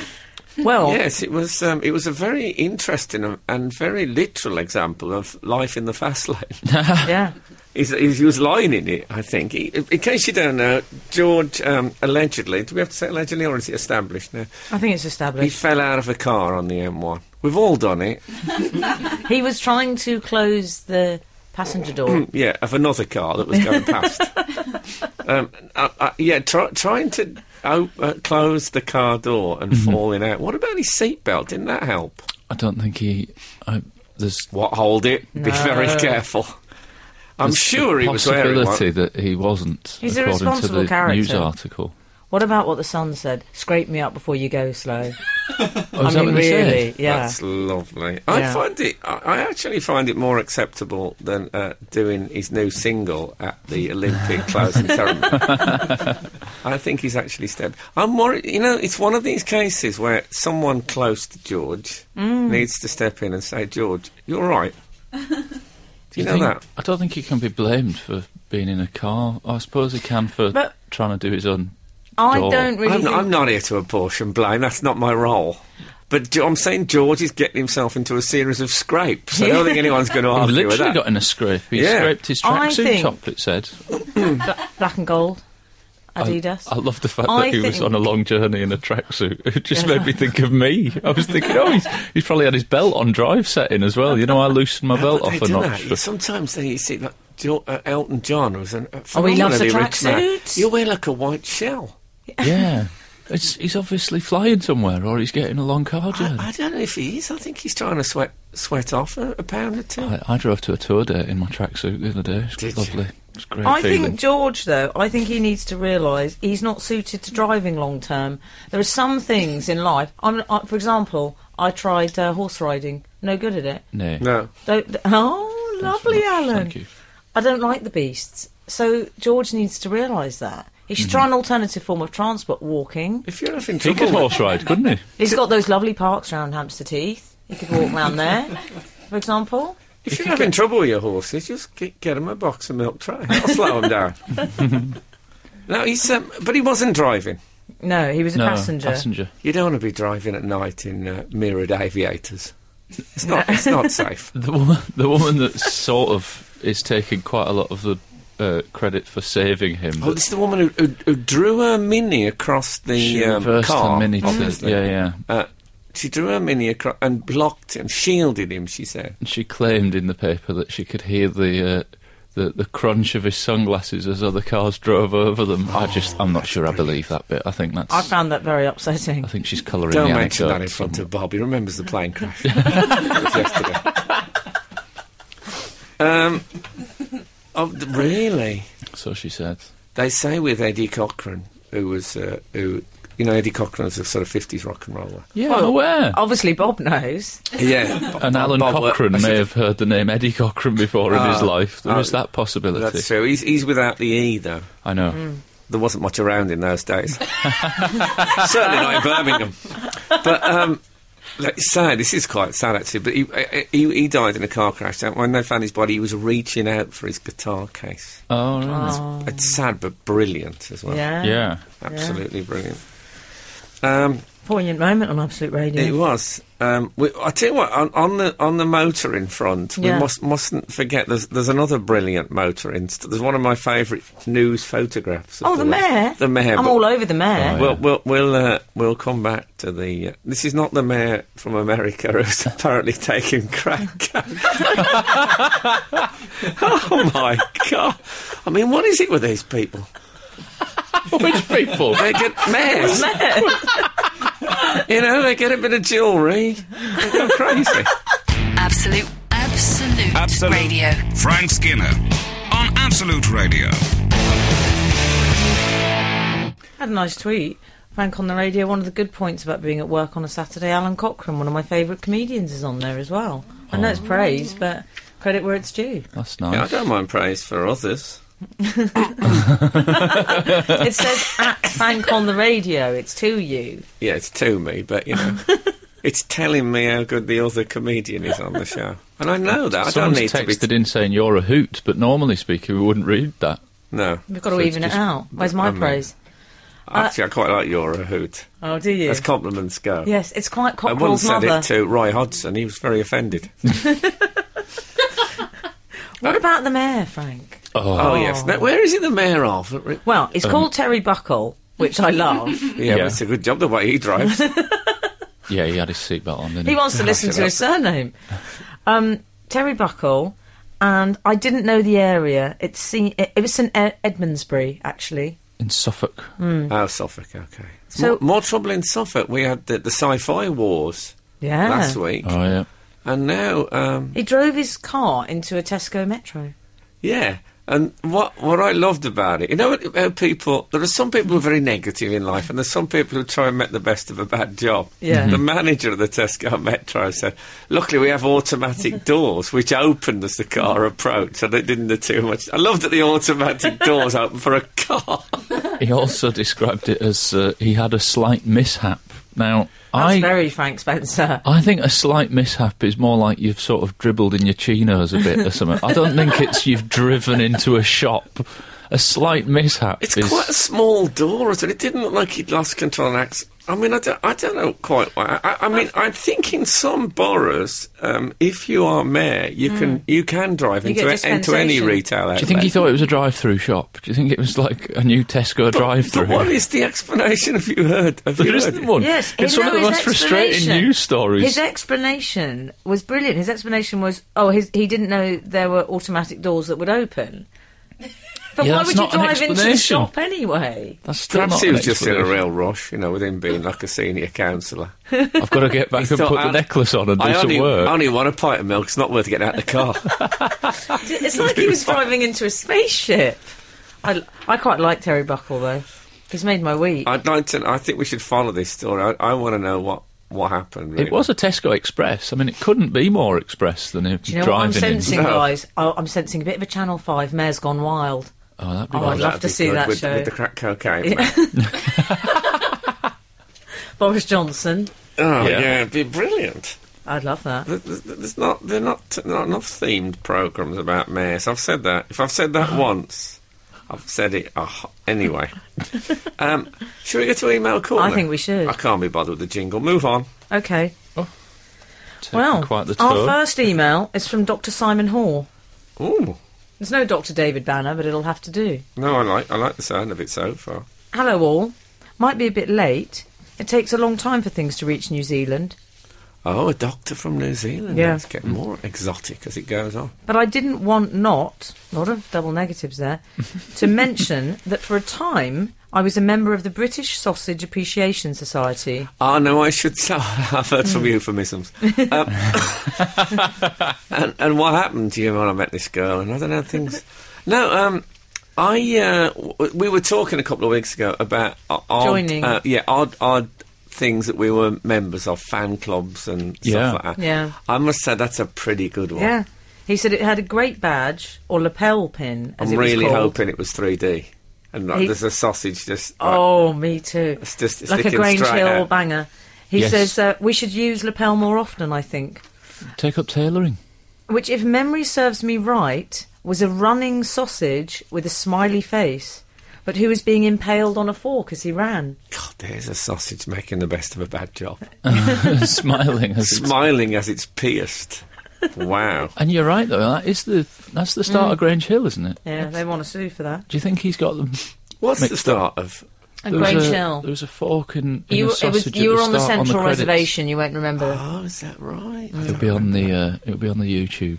well,
yes, it was um, it was a very interesting and- and very literal example of life in the fast lane.
yeah.
He's, he's, he was lying in it, I think. He, in case you don't know, George um, allegedly, do we have to say allegedly or is it established now?
I think it's
He
established.
fell out of a car on the M1. We've all done it,
He was trying to close the passenger
Mm.
door.
yeah, of another car that was going past. Um, I, I, yeah, try, trying to o- uh, close the car door and falling out. What about his seatbelt? Didn't that help?
I don't think he. I, there's
What hold it? Be very careful. I'm
There's
sure
the
he was wearing
possibility
one.
that he wasn't,
He's a
according to
responsible
the
character.
news article.
what about what the Sun said? Scrape me up before you go slow.
Oh,
I
is that
mean,
what they said?
really, yeah.
That's lovely. I
Yeah.
find it. I, I actually find it more acceptable than uh, doing his new single at the Olympic closing ceremony. I think he's actually stepped. I'm worried. You know, it's one of these cases where someone close to George
Mm.
needs to step in and say, "George, you're right." Do you, know
think-
that?
I don't think he can be blamed for being in a car. I suppose he can for
But-
trying to do his own.
I
door.
don't really.
I'm,
think-
not, I'm not here to apportion blame. That's not my role. But Jo- I'm saying George is getting himself into a series of scrapes. I don't think anyone's going to
He
argue with
literally
that.
got in a scrape. He
Yeah.
scraped his
I
tracksuit
think-
top. It said.
black and gold. Adidas.
I love the fact
I
that he was
think-
on a long journey in a tracksuit. It just made me think of me. I was thinking, oh, he's, he's probably had his belt on drive setting as well. You know, I loosened my
How
belt
would they
off a
do
notch.
that?
for-
Sometimes they, you see, like, Jo- uh, Elton John was an, a
Oh, he loves a
phenomenally rich man.
tracksuit.
You wear like a white shell.
yeah. It's, he's obviously flying somewhere or he's getting a long car journey.
I, I don't know if he is. I think he's trying to sweat sweat off a, a pound or two.
I, I drove to a tour date in my tracksuit the other day. It
Did
was
you?
lovely. It was a great
I
feeling.
think George, though, I think he needs to realise he's not suited to driving long term. There are some things in life. I'm, I, for example, I tried uh, horse riding. No good at it.
no.
no.
Don't. Oh, lovely,
very much.
Alan.
Thank you.
I don't like the beasts, so George needs to realise that. He
Mm-hmm.
should try an alternative form of transport, walking.
If you're having
He
trouble,
could
with-
horse ride, couldn't he?
He's got those lovely parks round Hampstead Heath. He could walk round there, for example.
if you're having trouble with your horses, just get, get him a box of milk tray. I'll slow him down. no, he's um, but he wasn't driving.
No, he was a
No,
passenger.
passenger.
You don't want to be driving at night in uh, mirrored aviators. It's not. it's not safe.
The woman, the woman that sort of is taking quite a lot of the uh, credit for saving him.
Oh, this is the woman who, who, who drew her mini across the
She
um,
reversed her
car.
mini to-
obviously.
yeah, yeah.
Uh, she drew her mini across and blocked him, shielded him. She said,
And she claimed in the paper that she could hear the uh, the, the crunch of his sunglasses as other cars drove over them. I just, I'm not sure I believe that bit. I think that's.
I
I,
found that very upsetting.
think she's colouring
"Don't
the
mention that
anecdote
in front
somewhat.
of Bob. He remembers the plane crash. It was yesterday." Um, oh, th- really?
So she said.
They say with Eddie Cochran, who was uh, who, you know, Eddie Cochran was a sort of fifties rock and roller.
Yeah, I'm aware.
Obviously, Bob knows.
Yeah,
and Alan
Oh, Bob-
Cochrane
I
may
said-
have heard the name Eddie Cochrane before in his
Ah,
life. There is
ah,
that possibility.
That's true. He's, he's without the E though.
I know.
there wasn't much around in those days. Certainly not in Birmingham. But um, like, it's sad. This is quite sad actually. But he, uh, he he died in a car crash. And when they found his body, he was reaching out for his guitar case.
Oh, really?
It's sad, but brilliant as well.
Yeah.
Yeah.
absolutely brilliant. Um,
Poignant moment on Absolute Radio.
It was. Um, we, I tell you what, on, on the on the motor in front, we
Yeah.
must mustn't forget. There's there's another brilliant motor in. St- there's one of my favourite news photographs. of
Oh, the
week.
mayor.
The mayor.
I'm
but-
all over the mayor.
Right.
We'll we'll we'll, uh, we'll come back to the. Uh, this is not the mayor from America who's apparently taking crack. oh my god! I mean, what is it with these people?
Which people?
They get mayors. you know, they get a bit of jewellery. They go crazy.
Absolute, absolute,
Absolute.
radio.
Frank Skinner on Absolute Radio.
Had a nice tweet. Frank on the radio. One of the good points about being at work on a Saturday, Alan Cochrane, one of my favourite comedians, is on there as well. I know it's
Oh.
praise, but credit where it's due.
That's
Yeah, I
nice.
don't mind praise for others.
it says at Frank on the radio. It's to you.
Yeah, it's to me, but you know, it's telling me how good the other comedian is on the show, and I know that. I don't
Someone's
need
texted
to be.
in saying you're a hoot, but normally speaking, we wouldn't read that.
no,
We've got to
So it's
even it
just-
out. Where's my
I mean-
praise?
actually, I quite like your a hoot.
Oh, do you?
As compliments go.
yes, it's quite
I once
Cockrell's
said
mother.
it to Roy Hodgson. He was very offended.
What about the mayor, Frank?
Oh, yes. Now, where is it the mayor of? Yeah,
Well, it's called Terry Buckle, which I love.
yeah. But it's a good job the way he drives.
Yeah, he had his seatbelt on, didn't he?
He wants to listen to his surname. Um, Terry Buckle, and I didn't know the area. It's se- it, it was St Ed- Edmundsbury, actually.
in Suffolk.
oh, Suffolk. Okay. It's
So-
more, more trouble in Suffolk. We had the, the sci-fi wars
Yeah.
last week,
Oh, yeah.
and now, um,
He drove his car into a Tesco Metro.
yeah. And what what I loved about it, you know, what- how people. There are some people who are very negative in life, and there's some people who try and make the best of a bad job.
Yeah.
The manager of the Tesco Metro said, "Luckily, we have automatic doors which opened as the car approached, so they didn't do too much." I love that the automatic doors open for a car.
He also described it as uh, he had a slight mishap Now,
That's
I Um,
very Frank Spencer.
I think a slight mishap is more like you've sort of dribbled in your chinos a bit or something. I don't think it's you've driven into a shop. A slight mishap
It's
is
quite a small door, isn't it? It didn't look like he'd lost control and access. I mean, I don't, I don't know quite why. I, I- I mean, I think in some boroughs, um, if you are mayor, you can you can drive
Hmm. You
into
get
a- into any
dispensation.
retail outlet.
Do you think he thought it was a drive-through shop? Do you think it was like a new Tesco drive-through?
But what is the explanation? Have you heard? Have you
there
heard?
isn't one.
Yes,
it's
you
one of
know
the
his
most frustrating
explanation-
news stories.
His explanation was brilliant. His explanation was, oh, his, he didn't know there were automatic doors that would open. But
Yeah,
why
that's
would you
not an
drive into the
explanation.
shop anyway?
That's still
Perhaps
not
he
an
was just in a
explanation.
real rush, you know, with him being like a senior councillor.
I've got to get back and
thought,
put the
"I-
necklace on and do
I
some
only,
work.
I only want a pint of milk. It's not worth getting out of the car.
It's like he was driving into a spaceship. I, I quite like Terry Buckle though. He's made my week.
I'd like to. I think we should follow this story. I, I want to know what what happened. Really.
It was a Tesco Express. I mean, it couldn't be more express than if
Do you know what I'm
driving in.
sensing,
No.
guys? I, I'm sensing a bit of a Channel Five. Mayor's Gone Wild.
Oh, that'd be
Oh, I'd
nice.
love
That'd
to
be
see
good
that
with,
show.
with the crack cocaine.
Yeah.
man.
Boris Johnson.
Oh
Yeah.
yeah. it'd be brilliant.
I'd love that.
Th- th- th- There's not there are not not enough themed programs about mayors. I've said that. If I've said that once, I've said it a ho anyway. um, should we go to email corner?
I think we should.
I can't be bothered with the jingle. Move on.
Okay.
Taking
Well,
quite the
our
tour.
first email is from Dr. Simon Hall.
Ooh,
There's no Dr. David Banner, but it'll have to do.
no, I like I like the sound of it so far.
Hello, all. Might be a bit late. It takes a long time for things to reach New Zealand,
Oh, a doctor from New Zealand.
Yeah.
it's getting more exotic as it goes on.
but I didn't want not, a lot of double negatives there, to mention that for a time I was a member of the British Sausage Appreciation Society.
Oh no, I should tell. I've heard
Mm.
some euphemisms. Um, and, and what happened to you when I met this girl? And I don't know things. No, um, I uh, w- we were talking a couple of weeks ago about o- odd,
Joining.
Uh, yeah, odd odd things that we were members of, fan clubs and
Yeah.
stuff like that.
Yeah.
I must say that's a pretty good one.
Yeah. He said it had a great badge, or lapel pin, as
I'm
it was
really
called.
hoping it was 3D. And like,
He-
there's a sausage just. like-
Oh, me too.
It's just- it's
like a
sticking
Grange
straight
Hill
out.
banger. He
Yes.
says uh, we should use lapel more often. I think,
Take up tailoring.
which, if memory serves me right, was a running sausage with a smiley face, but who was being impaled on a fork as he ran.
God, there's a sausage making the best of a bad job.
Smiling. as it's-
Smiling as it's pierced. Wow.
and you're right, though. That is the, that's the
Hmm.
start of Grange Hill, isn't it?
Yeah, they want to sue for that.
Do you think he's got them?
What's
Mixed
the start of?
A
There was
Grange
a-
Hill.
There was a fork in, in
you were- it
a
was,
sausage at
you were on the
start
central
credits.
reservation. You won't remember. that.
Oh, is that right?
It'll be on the uh, it'll be on the YouTube.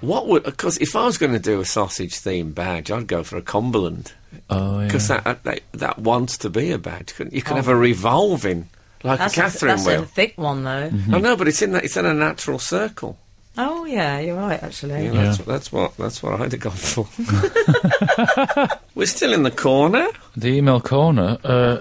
What would? Because if I was going to do a sausage themed badge, I'd go for a Cumberland
Oh yeah.
because that, that that wants to be a badge. couldn't- You can have a revolving like a
That's
Catherine
a, that's
wheel.
a thick one though.
Mm-hmm. Hmm.
I know, but it's in that it's in a natural circle.
Oh yeah, you're right actually.
You know, that's, that's what that's what I'd have gone for. We're still in the corner.
The email corner. Uh,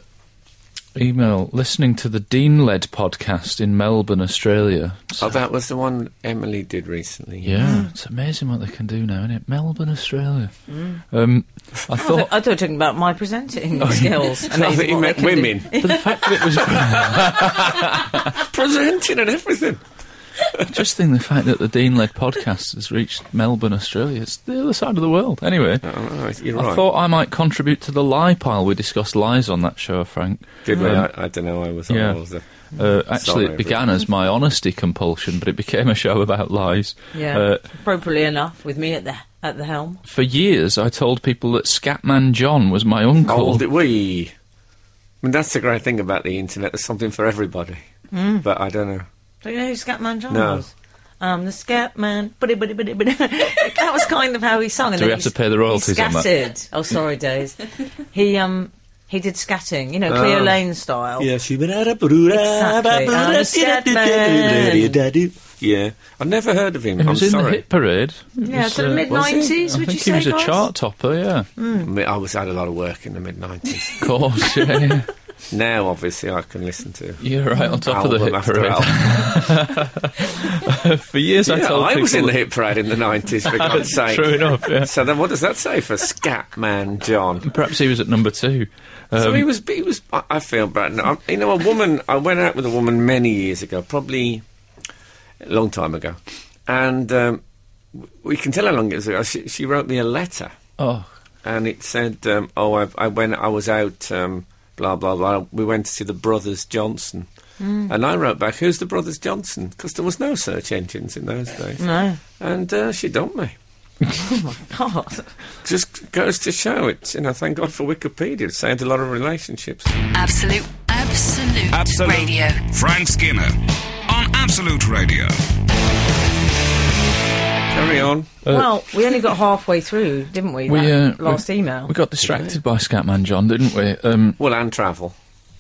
email listening to the Dean led podcast in Melbourne, Australia. So-
Oh, that was the one Emily did recently.
Hmm.
yeah, it's amazing what they can do now, isn't it? Melbourne, Australia.
Hmm.
Um, I
I thought
thought
I thought you were talking about my
Oh,
presenting skills. and
I
what
think you
they
meant
can do.
women
but the fact that it was
presenting and everything.
just think the fact that the Dean led podcast has reached Melbourne, Australia. It's the other side of the world. Anyway.
Oh, right, you're
I
right.
thought I might contribute to the lie pile. We discussed lies on that show, Frank.
did we?
Um,
I, I don't know. I was.
yeah.
I was there.
Uh,
Sorry,
actually, it began as my honesty compulsion, but it became a show about lies.
Yeah,
Uh,
appropriately enough, with me at the at the helm.
for years, I told people that Scatman John was my uncle.
Oh, did we? I mean, that's the great thing about the internet. There's something for everybody.
Mm.
But I don't know.
Don't you know who Scatman John
No.
was? Um, the Scatman. buddy, buddy, buddy, buddy. that was kind of how he sung. And
Do
then
we have
he
to
s-
pay the royalties
he
on that?
scattered. Oh, sorry, Days. he um he did scatting, you know, Cleo
Oh.
Lane style.
Yes, you
Exactly. I'm a sad man.
Yeah, I've never heard of him.
He
I'm
was in the
sorry.
hit parade. It
Yeah,
was,
sort of
uh,
mid nineties.
I
Would
think
you
he
say,
was a
guys?
Mm.
chart topper, yeah.
I mean, I was had a lot of work in the mid
Of
nineties.
course, yeah. yeah.
Now, obviously, I can listen to
You're right on top of the
album
hit
after
parade.
album.
For years, I
Yeah,
told
I
people
was in the
that-
hit parade in the 90s, for God's sake.
True enough. Yeah.
So then, what does that say for Scatman John?
Perhaps he was at number two. Um,
so he was. He was. I, I feel bad. now. I, you know, a woman. I went out with a woman many years ago, probably a long time ago, and um, w- we can tell how long it was ago. She, she wrote me a letter,
oh,
and it said, um, "Oh, I, I went. I was out. Um, blah blah blah. We went to see the Brothers Johnson." And I wrote back, "Who's the Brothers Johnson?" Because there was no search engines in those days.
No.
And uh, she dumped me.
God.
Just goes to show it. You know, thank God for Wikipedia. It saved a lot of relationships.
Absolute, absolute,
Absolute.
radio.
Frank Skinner on Absolute Radio.
Carry on.
well, we only got halfway through, didn't Uh, we?
we uh,
that last
we,
email.
We got distracted by Scatman John, didn't we? Um,
Well, and travel.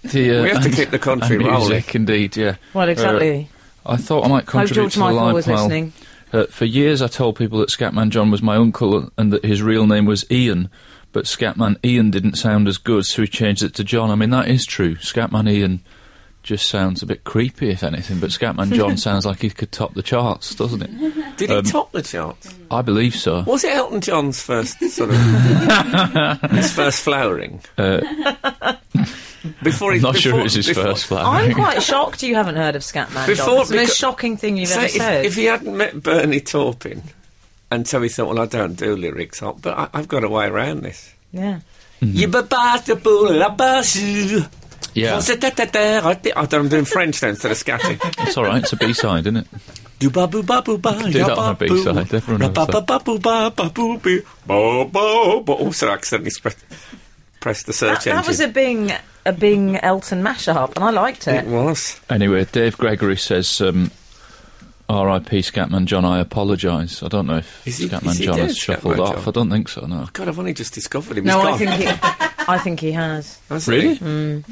the, uh,
We have to
and-
keep the country
and
rolling.
music, indeed. Yeah. Uh,
well, exactly.
I thought I might contribute
George
to the
Michael
live
was
pile.
listening.
Uh, for years, I told people that Scatman John was my uncle and that his real name was Ian, but Scatman Ian didn't sound as good, so he changed it to John. I mean, that is true. Scatman Ian just sounds a bit creepy, if anything, but Scatman John sounds like he could top the charts, doesn't it?
Did he top the charts?
I believe so.
Was it Elton John's first sort of his first flowering? before he,
Uh, I'm not sure
before-
it was his
before-
first flag.
I'm quite shocked you haven't heard of Scatman
Before-
John. It's the
because-
most shocking thing you've
Say
ever said.
if, if he hadn't met Bernie Taupin, and so he thought, well, I don't do lyrics, I'll- but I, I've got a way around this.
yeah.
You baba the bull, la basu.
Mm-hmm. Yeah,
I don't, I'm doing French now instead of scatting.
it's all right. It's a B-side, isn't it?
Do ba boo ba boo ba.
Do that on a B-side. Everyone
Ba
loves
ba ba
that.
ba boo ba ba boo boo.
Bo, bo, but also accidentally spread, pressed the
That,
search engine.
that was a Bing, a Bing Elton mashup, and I liked
it
it.
was.
Anyway, Dave Gregory says, um, "R.I.P. Scatman John. I apologise. I don't know if
Is he-
Scatman
is he
John
dead,
has shuffled
Scatman
off.
John?
I don't think so. No.
God, I've only just discovered him.
No,
He's
I
gone.
think he, I think he has.
Has he?
Really?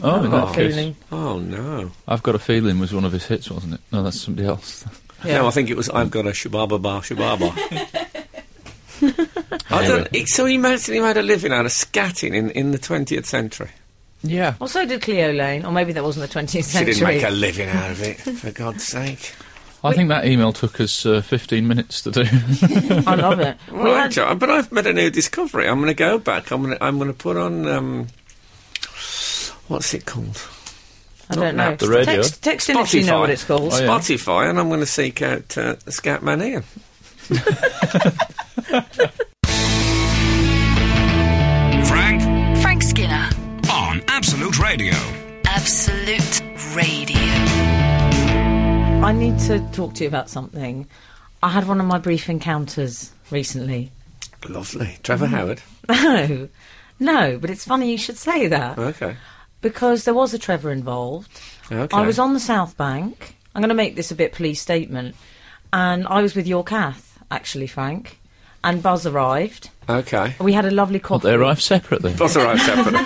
Oh, in that
Got a
case,
feeling.
Oh no!
I've got a feeling was one of his hits, wasn't it? No, that's somebody else.
Yeah.
No, I think it was. I've got a shababa bar shababa. I
Anyway.
don't, he- so he made, he made a living out of scatting in, in the 20th century.
Yeah.
Also, did Cleo Lane, or maybe that wasn't the 20th
She
century.
didn't make a living out of it, for God's sake.
I think that email took us uh, 15 minutes to do.
I love it. We
Well,
had-
Jo- but I've made a new discovery. I'm going to go back. I'm going to I'm going to put on um, what's it called?
I don't
Not
know.
the radio.
Text, text in if you know what it's called.
Oh, yeah.
Spotify, and I'm going to seek out uh, Scatman Ian.
Frank
Frank Skinner.
on Absolute Radio.
Absolute Radio.
I need to talk to you about something. I had one of my brief encounters recently.
Lovely, Trevor
Mm.
Howard.
No, no, but it's funny you should say that
Okay,
because there was a Trevor involved.
okay.
I was on the South Bank. I'm going to make this a bit police statement. And I was with your Kath, actually, Frank. And Buzz arrived.
okay.
We had a lovely
Oh,
But
coffee.
they arrived separately.
That's all right, separate.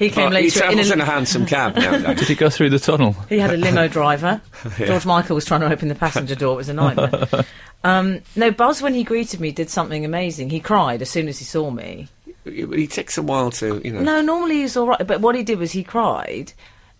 He came
Oh, he
later in
travels in a
a,
handsome cab now.
Did he go through the tunnel?
He had a limo driver. George Michael was trying to open the passenger door. It was a nightmare. um, no, Buzz, when he greeted me, did something amazing. He cried as soon as he saw me.
he he takes a while to, you know.
No, normally he's all right, but what he did was he cried.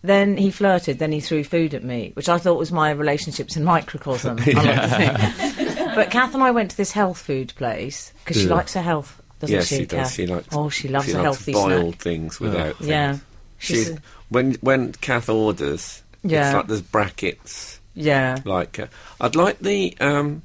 Then he flirted. Then he threw food at me, which I thought was my relationships in microcosm. I like to think. But Kath and I went to this health food place because she
Yeah.
likes her health, doesn't
Yes,
she?
she does.
Kath?
She likes.
Oh, she loves
she
a
likes
healthy
boiled
snack.
things without. Things.
Yeah, she's
She, when when Kath orders,
Yeah.
it's like there's brackets.
yeah.
Like, uh, I'd like the um,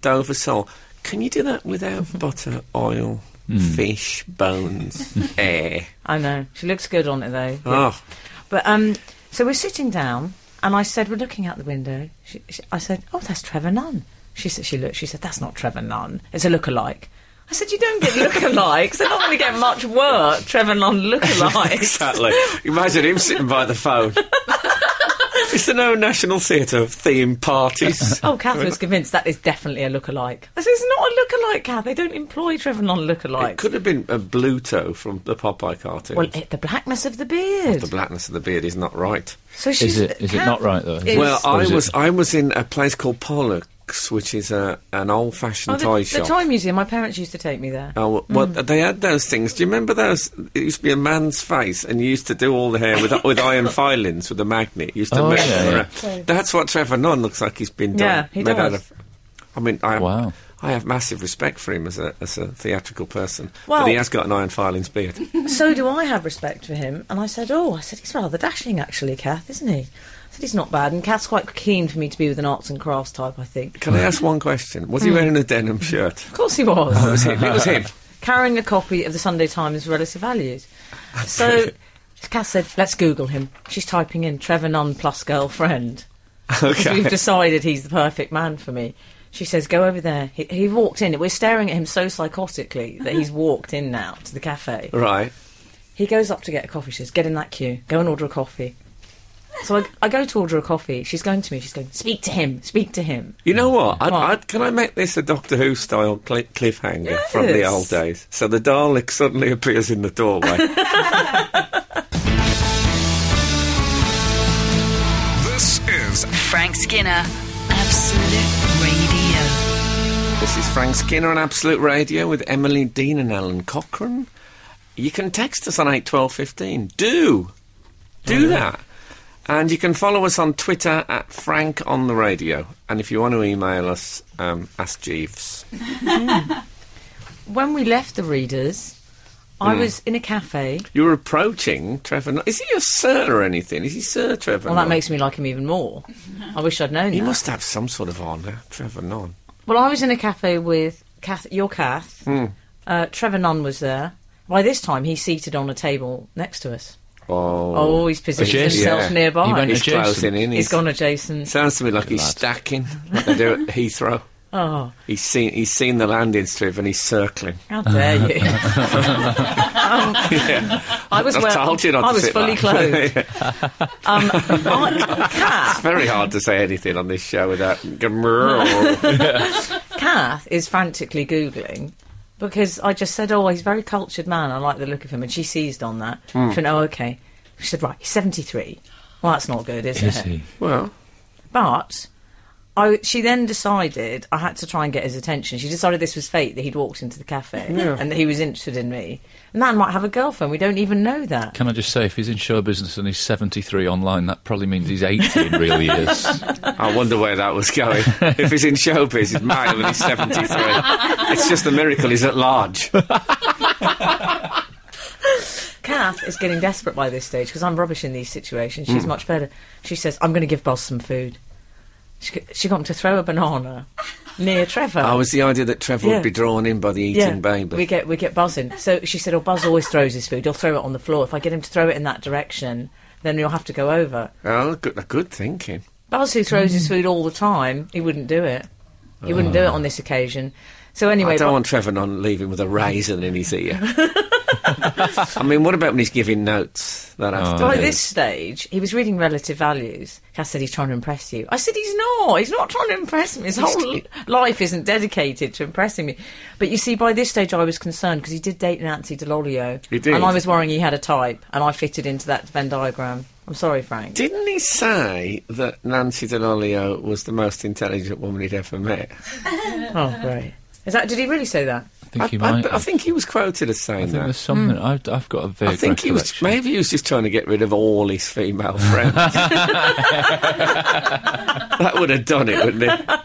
Dover sole. Can you do that without butter, oil,
Hmm.
fish, bones, air?
I know she looks good on it though.
Oh,
But um, so we're sitting down, and I said, "We're looking out the window." She, she, I said, "Oh, that's Trevor Nunn." She said, "She looked." She said, "That's not Trevor Nunn. It's a lookalike." I said, "You don't get lookalikes. They're not going to get much work, Trevor Nunn lookalikes."
exactly. Imagine him sitting by the phone. It's the no National Theatre of theme parties.
Oh, Kath was convinced that is definitely a lookalike. I said, "It's not a lookalike, Kath. They don't employ Trevor Nunn
It
lookalikes."
could have been a Bluto from the Popeye cartoon.
Well, it, the blackness of the beard.
the blackness of the beard is not right.
so she's
it- is it
Kath
not right, though?
is-
Well,
Or
I
is it-
was I was in a place called Pollock Box, which is a, an old fashioned
Oh, the,
toy
the
shop.
toy museum. My parents used to take me there.
Oh well, well,
Mm.
they had those things. Do you remember those? It used to be a man's face, and you used to do all the hair with with iron filings with a magnet. You used to
Oh,
make
yeah, yeah.
That's what Trevor Nunn looks like. He's been done.
Yeah, he
made out
does.
of- I mean, I have,
Wow.
I have massive respect for him as a as a theatrical person,
Well-
but he has got an iron filings beard.
so do I have respect for him. And I said, Oh, I said, he's rather dashing, actually, Kath, isn't he? I said, he's not bad. And Kath's quite keen for me to be with an arts and crafts type, I think.
Can I ask one question? Was he
Mm.
wearing a denim shirt?
Of course he was.
It was him.
Carrying a copy of the Sunday Times Relative Values. So Kath said, Let's Google him. She's typing in Trevor Nunn plus girlfriend. Because
Okay.
we've decided he's the perfect man for me. She says, Go over there. He, he walked in. We're staring at him so psychotically that he's walked in now to the cafe.
Right.
He goes up to get a coffee. She says, Get in that queue. Go and order a coffee. So I, I go to order a coffee. She's going to me. She's going, Speak to him. Speak to him.
You know what? I'd,
What?
I'd, can I make this a Doctor Who style cli cliffhanger from the
Yes.
old days? So the Dalek suddenly appears in the doorway.
This is
Frank Skinner, Absolute Radio.
this is Frank Skinner on Absolute Radio with Emily Dean and Alan Cochrane. You can text us on eight twelve fifteen. Do
Oh,
do that, and you can follow us on Twitter at Frank on the Radio. And if you want to email us, um, ask Jeeves.
When we left the readers, I was in a cafe.
You're approaching Trevor. Nunn. Is he a sir or anything? Is he Sir Trevor?
Well, that
Nunn?
makes me like him even more. I wish I'd known
He
that.
must have some sort of honour, Trevor Nunn.
Well, I was in a cafe with Kath, your Kath. Uh, Trevor Nunn was there. By this time, he's seated on a table next to us. Oh, he's positioned
Adjacent.
himself
Yeah.
nearby.
He went
He's
Adjacent.
closing in.
he's
He's
gone adjacent.
Sounds to me like he's stacking, like they do at Heathrow.
Oh,
He's seen he's seen the landing strip and he's circling.
how dare you! Um, I was
I've
well,
told you not
I
to
was
sit
fully
back.
clothed. um, I- Kath,
Very hard to say anything on this show without. Grrrr.
Kath is frantically googling because I just said, "Oh, he's a very cultured man. I like the look of him," and she seized on that. She went, "Oh, okay." She said, "Right, he's seventy-three. Well, that's not good, is,
Is
it?"
he?
well,
But I, she then decided I had to try and get his attention. She decided this was fate that he'd walked into the cafe and that he was interested in me. The man might have a girlfriend. We don't even know that.
Can I just say, if he's in show business and he's 73 online, that probably means he's 80 in real years.
I wonder where that was going. if he's in showbiz, he's married when he's seventy three. It's just a miracle he's at large.
Kath is getting desperate by this stage because I'm rubbish in these situations.
Hmm.
She's much better. She says, "I'm going to give Boss some food." She, g- she got him to throw a banana near Trevor.
Oh, was the idea that Trevor
Yeah.
would be drawn in by the eating baby.
We get we get buzzing. So she said, "Oh, Buzz always throws his food. He'll throw it on the floor. If I get him to throw it in that direction, then you'll have to go over."
oh, good, good thinking.
Buzz, who throws
Hmm.
his food all the time, he wouldn't do it. He wouldn't do it on this occasion. So anyway,
Ah. I don't
Bu-
want Trevor not leaving with a raisin in his ear. I mean, what about when he's giving notes that afternoon?
by this stage, he was reading relative values. Cass said he's trying to impress you. I said he's not. He's not trying to impress me. His whole life isn't dedicated to impressing me. But you see, by this stage, I was concerned because he did date Nancy DeLolio.
He did.
and I was worrying he had a type, and I fitted into that Venn diagram. I'm sorry, Frank.
Didn't he say that Nancy Delolio was the most intelligent woman he'd ever met?
Oh, great. Is that? Did he really say that?
I think he
I,
might.
I think he was quoted as saying
think there's
that.
Hmm.
something. I've, I've got a vague
I think he was.
recollection.
Maybe he was just trying to get rid of all his female friends. that would have done it, wouldn't it?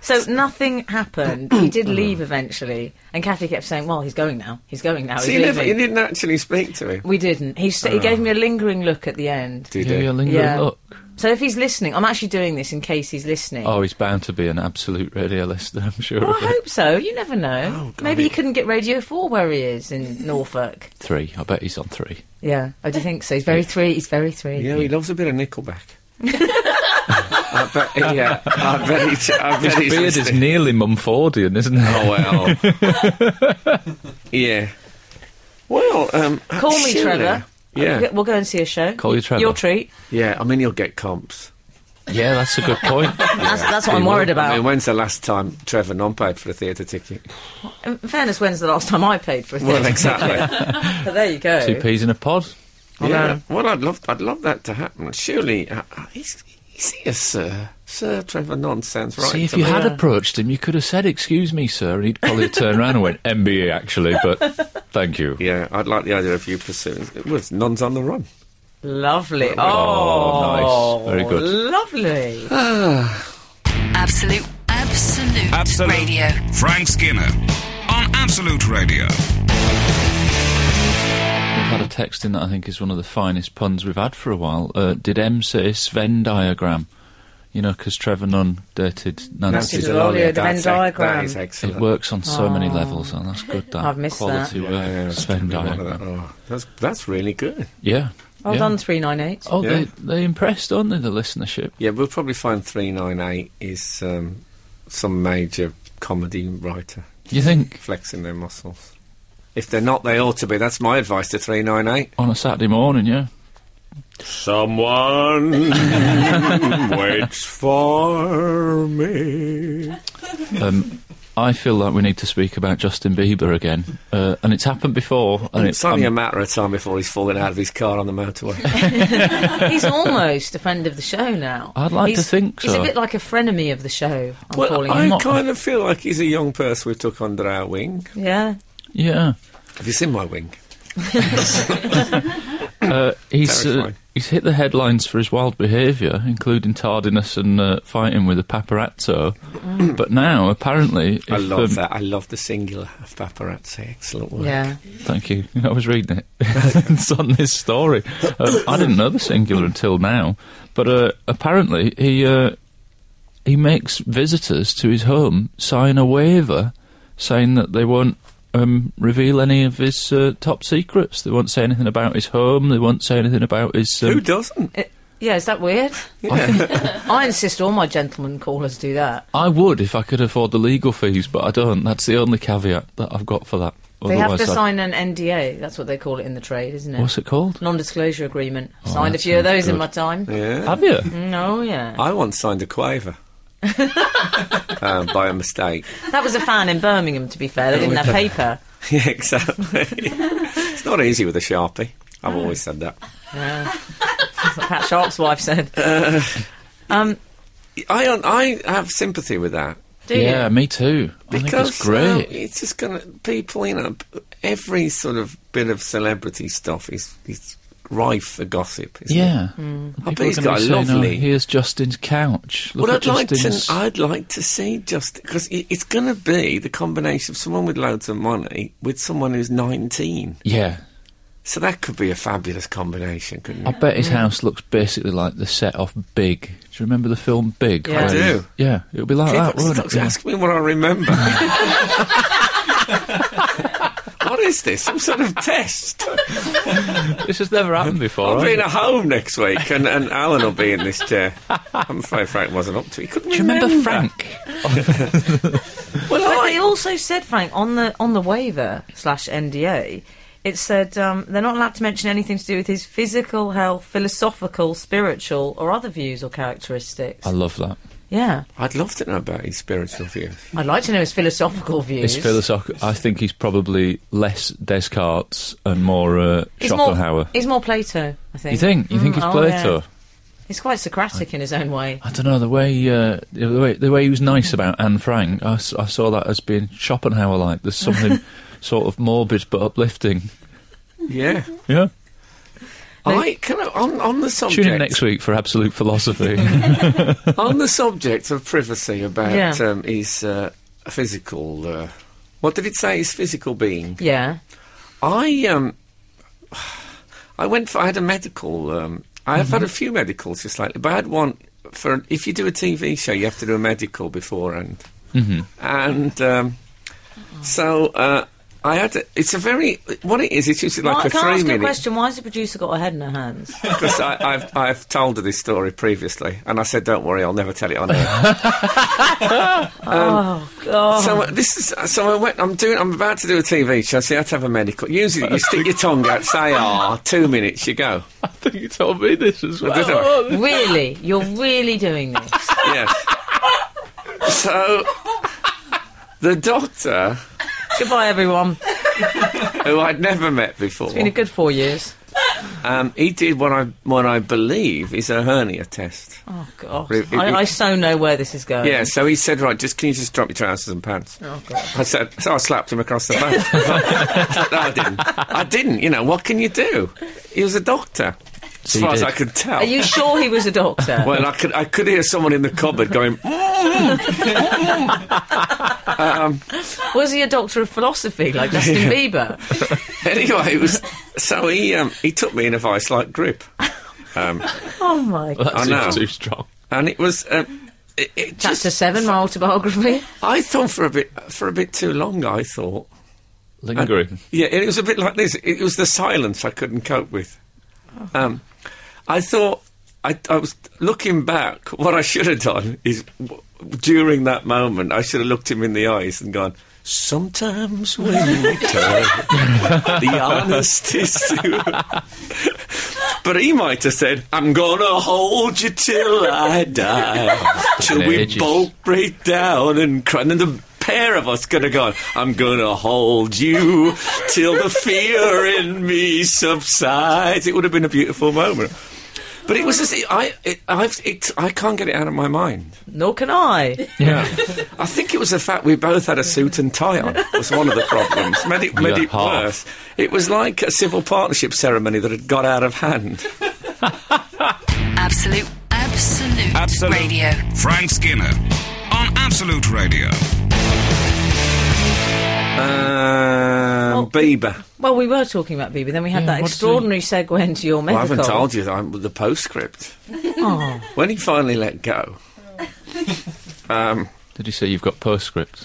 So nothing happened. he did leave eventually, and Kathy kept saying, "Well, he's going now. He's going now."
So
he's
you, never,
leaving."
you didn't actually speak to him,
We didn't. He st- he gave me a lingering look at the end.
Oh. did
Give you a
you?
lingering
Yeah.
look.
So if he's listening, I'm actually doing this in case he's listening.
Oh, he's bound to be an absolute radio listener, I'm sure.
Well,
of
I
it.
hope so. You never
Oh,
know.
God,
Maybe he
it-
couldn't get Radio 4 where he is in Norfolk.
Three. I bet he's on three.
Yeah. I do think so. He's very three. He's very three.
Yeah, he loves a bit of Nickelback. I bet, yeah, I bet, he, I bet
His
he's
beard is
listening.
nearly Mumfordian, isn't it?
Oh well. yeah. Well, um,
Call me,
surely-
Trevor. We'll
Yeah,
go- We'll go and see a show.
Call you Trevor.
Your treat.
yeah. I mean, you'll get comps.
Yeah, that's a good point.
That's, that's what I'm
He will.
worried about.
I mean, when's the last time Trevor non paid for a theatre ticket?
in fairness, when's the last time I paid for a thing?
Well, exactly.
but there you go.
Two peas in a pod.
um, yeah. Well, I'd love, I'd love that to happen. Surely, uh, uh, is, is he a sir? Sir Trevor Nunn sounds right.
See, if
to
you
me.
had approached him, you could have said, "Excuse me, sir," and he'd probably turn around and went, "MBE, actually, but thank you."
Yeah, I'd like the idea of you pursuing. It was Nuns on the Run.
Lovely. Oh,
Oh, nice. Very good.
Lovely.
Absolute, absolute,
Absolute.
radio.
Frank Skinner on Absolute Radio.
We've had a text in that I think is one of the finest puns we've had for a while. Uh, did M say Sven diagram? You know, because Trevor Nunn dated Nancy.
Nancy Dell'Olio,
Del-
Dell'Olio,
the Venn
that's ex-
diagram.
That is
It
excellent.
works on so many levels, and that's good. That
I've missed
quality
Yeah,
work.
yeah, it's gonna
Sven
be one of
diagram.
the- oh, that's, that's really good.
Yeah.
Well
yeah.
done, 398.
Oh,
Yeah.
they they impressed, aren't they? The listenership.
Yeah, we'll probably find 398 is um, some major comedy writer
You think
flexing their muscles. If they're not, they ought to be. That's my advice to 398.
on a Saturday morning? Yeah.
Someone waits for me.
Um, I feel like we need to speak about Justin Bieber again, uh, and it's happened before. And
It's
it,
only a
um,
matter of time before he's falling out of his car on the motorway.
He's almost a friend of the show now.
I'd like to
He's-
think
He's a
so.
bit like a frenemy of the show, I'm
well,
calling
I
him.
not-
kind of feel like he's a young person we took under our wing.
Yeah.
yeah.
Have you seen my wing?
Uh, he's uh,
Terrifying.
he's hit the headlines for his wild behaviour, including tardiness and uh, fighting with a paparazzo.
Mm.
but now, apparently, if,
I love
um,
that. I love the singular of paparazzi. Excellent work.
Yeah.
Thank you. I was reading it. it's on this story. Um, I didn't know the singular until now, but uh, apparently he uh, he makes visitors to his home sign a waiver saying that they won't um, reveal any of his uh, top secrets. They won't say anything about his home. They won't say anything about his.
Who
Um,
doesn't?
It- yeah, is that weird? I insist all my gentlemen callers do that.
I would if I could afford the legal fees, but I don't. That's the only caveat that I've got for that.
They have to
I'd-
sign an NDA. That's what they call it in the trade, isn't it?
What's it called? Oh,
Non-disclosure agreement. Signed a
that
few of
sounds
those in
good. Ah.
my time.
Yeah.
Have you?
Mm, Oh yeah.
I once signed a quaver. um, by a mistake.
That was a fan in Birmingham. To be fair,
Oh,
they didn't have paper.
Yeah, exactly. it's not easy with a sharpie. I've always said that.
That's what Pat Sharp's wife said. um,
I don't- I have sympathy with that
do you?
Yeah, me too. I think
because
it's great.
uh, it's just gonna people. You know, p- every sort of bit of celebrity stuff is is rife for gossip. Isn't It?
Yeah.
I
People
bet he's
are
got
gonna
a
be saying,
lovely-
"Oh, here's Justin's couch. Look
Well,
at
I'd like to.
Justin's.
I'd like to see just because it's going to be the combination of someone with loads of money with someone who's nineteen.
Yeah.
So that could be a fabulous combination, couldn't
I
it?
bet his house looks basically like the set off Big. Do you remember the film Big?
Yeah. I
Where-
do.
Yeah, it'll be like that,
People
won't
stop
it? Yeah.
asking me what I remember. what is this? Some sort of test?
This has never happened before.
I'll
has
be in
it?
at home next week, and, and Alan will be in this chair. I'm afraid Frank wasn't up to it. He couldn't
Do you remember Frank?
But they also said, Frank, on the on the waiver slash NDA, it said um, they're not allowed to mention anything to do with his physical health, philosophical, spiritual, or other views or characteristics.
I love that.
yeah,
I'd love to know about his spiritual views.
I'd like to know his philosophical views.
It's philosophical. I think he's probably less Descartes and more uh,
He's
Schopenhauer.
More, he's more Plato, I think.
you think? You think
Mm,
he's
oh, yeah.
Plato?
He's quite Socratic in his own way.
I don't know the way, uh, the way the way he was nice about Anne Frank. I, s- I saw that as being Schopenhauer like. There's something sort of morbid but uplifting.
Yeah.
Yeah.
I can I, on on the subject
Tune in next week for Absolute Philosophy.
on the subject of privacy about
Yeah.
um, his uh, physical. Uh, what did it say? His physical being.
Yeah.
I um, I went for. I had a medical. Um, I have had a few medicals just like, but I had one for. If you do a TV show, you have to do a medical beforehand, and um, so uh, I had. A, it's a very what it is. It's usually like
Mark,
a
can I
three
ask you a
minute.
question? Why has the producer got her head in her hands?
Because I've, I've told her this story previously, and I said, "Don't worry, I'll never tell it on air." Um,
oh God!
so uh, this is uh, so I went. I'm doing. I'm about to do a TV show, so you have to have a medical. Usually, you stick your tongue out, say, "Ah, two minutes, you go."
I think you told me this as well.
did I?
Oh.
really, you're really doing this?
Yes. so the doctor,
Goodbye, everyone.
who I'd never met before,
Oh.
It's been a good four years.
Um, he did what I what I believe is a hernia test.
Oh God!
It- it-
I, I
it-
so know where this is going.
Yeah, so he said, right, just can you just drop your trousers and pants?
Oh God!
I said, so I slapped him across the face. no, I didn't. I didn't. You know, what can you do? He was a doctor, as
So you
far as
did.
I could tell.
Are you sure he was a doctor?
Well, I could I could hear someone in the cupboard going. "Mm."
was he a doctor of philosophy like Justin Bieber?
anyway, it was so he um, he took me in a vice like grip,
Oh my! God.
That's
I know.
too strong.
and it was. Um, it, it just,
Chapter seven, my autobiography.
I thought for a bit for a bit too long. I thought,
Lingering.
yeah, it was a bit like this. It was the silence I couldn't cope with. Um, I thought I, I was looking back. What I should have done is w- during that moment, I should have looked him in the eyes and gone. Sometimes when we turn, the honest is to. but he might have said, "I'm gonna hold you till I die, till we
Ages.
both break down and cry." And then the pair of us could have gone, "I'm gonna hold you till the fear in me subsides." It would have been a beautiful moment. But it was just, I, it, I've, it, I can't get it out of my mind.
Nor can I.
Yeah.
I think it was the fact we both had a suit and tie on was one of the problems. Made it, made
Yeah,
it
half.
worse. It was like a civil partnership ceremony that had got out of hand.
Absolute, absolute,
Absolute.
radio.
Frank Skinner on Absolute Radio.
Um, Bieber.
Well, we were talking about Bieber, then we had
Yeah,
that
what's
extraordinary segue into your
Well, I
medical. Oh.
haven't told you that I'm, the postscript. When he finally let go,
Did you say you've got postscripts?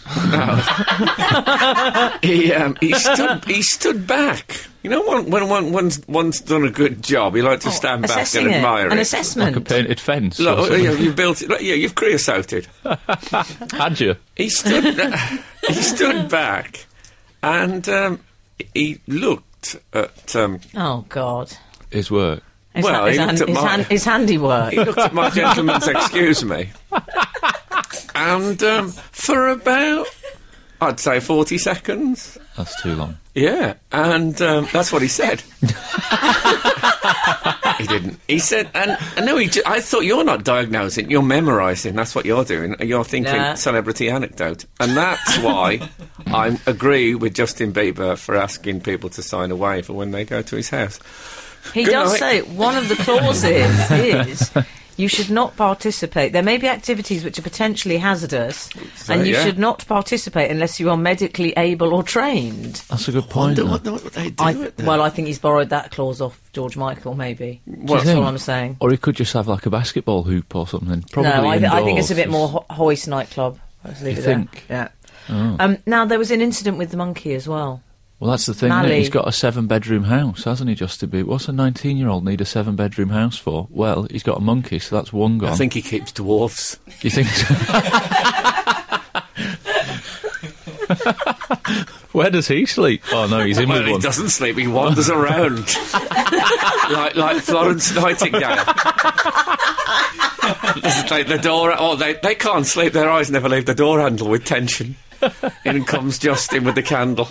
he um, he stood he stood back. You know, when, when one, one's, one's done a good job, you like to stand back
Oh, Assessing
and
it.
admire
An
it.
Like a
assessment.
painted fence. or
Look, oh,
something.
you have built it. Look, yeah, you've creosoted.
Had you?
He stood. he stood back, and um, he looked at. Um,
oh God!
His work.
His,
Well,
ha-
he
his,
looked at
his,
mine.
his handiwork.
he looked at my gentleman's. excuse me. And um, for about, I'd say forty seconds.
That's too long.
Yeah, and um, that's what he said. he didn't. He said, and, and no, he. Ju- I thought you're not diagnosing, you're memorising. That's what you're doing. You're thinking
Nah.
celebrity anecdote, and that's why I agree with Justin Bieber for asking people to sign away for when they go to his house.
He
Good
does
night.
say one of the clauses is you should not participate. There may be activities which are potentially hazardous, and you
yeah.
should not participate unless you are medically able or trained.
That's a good point. though.
they do
I, well, I think he's borrowed that clause off George Michael, maybe. That's
think?
hmm.
all I'm saying.
Or he could just have like a basketball hoop or something. Probably
no, I, th- I think it's a
indoors.
bit more ho- hoist nightclub. Let's leave
You
it there.
think? Oh.
Yeah. Um, now there was an incident with the monkey as well.
Well, that's the thing. isn't it?
Mally.
He's got a seven-bedroom house, hasn't he, Justin Bieber? What's a nineteen-year-old need a seven-bedroom house for? Well, he's got a monkey, so that's one gone.
I think he keeps dwarfs.
You think? so? Where does he sleep? Oh no, he's in
Well,
with
he
one.
doesn't sleep. He wanders around like like Florence Nightingale. Just like the door. Oh, they they can't sleep. Their eyes never leave the door handle with tension. In comes Justin with the candle.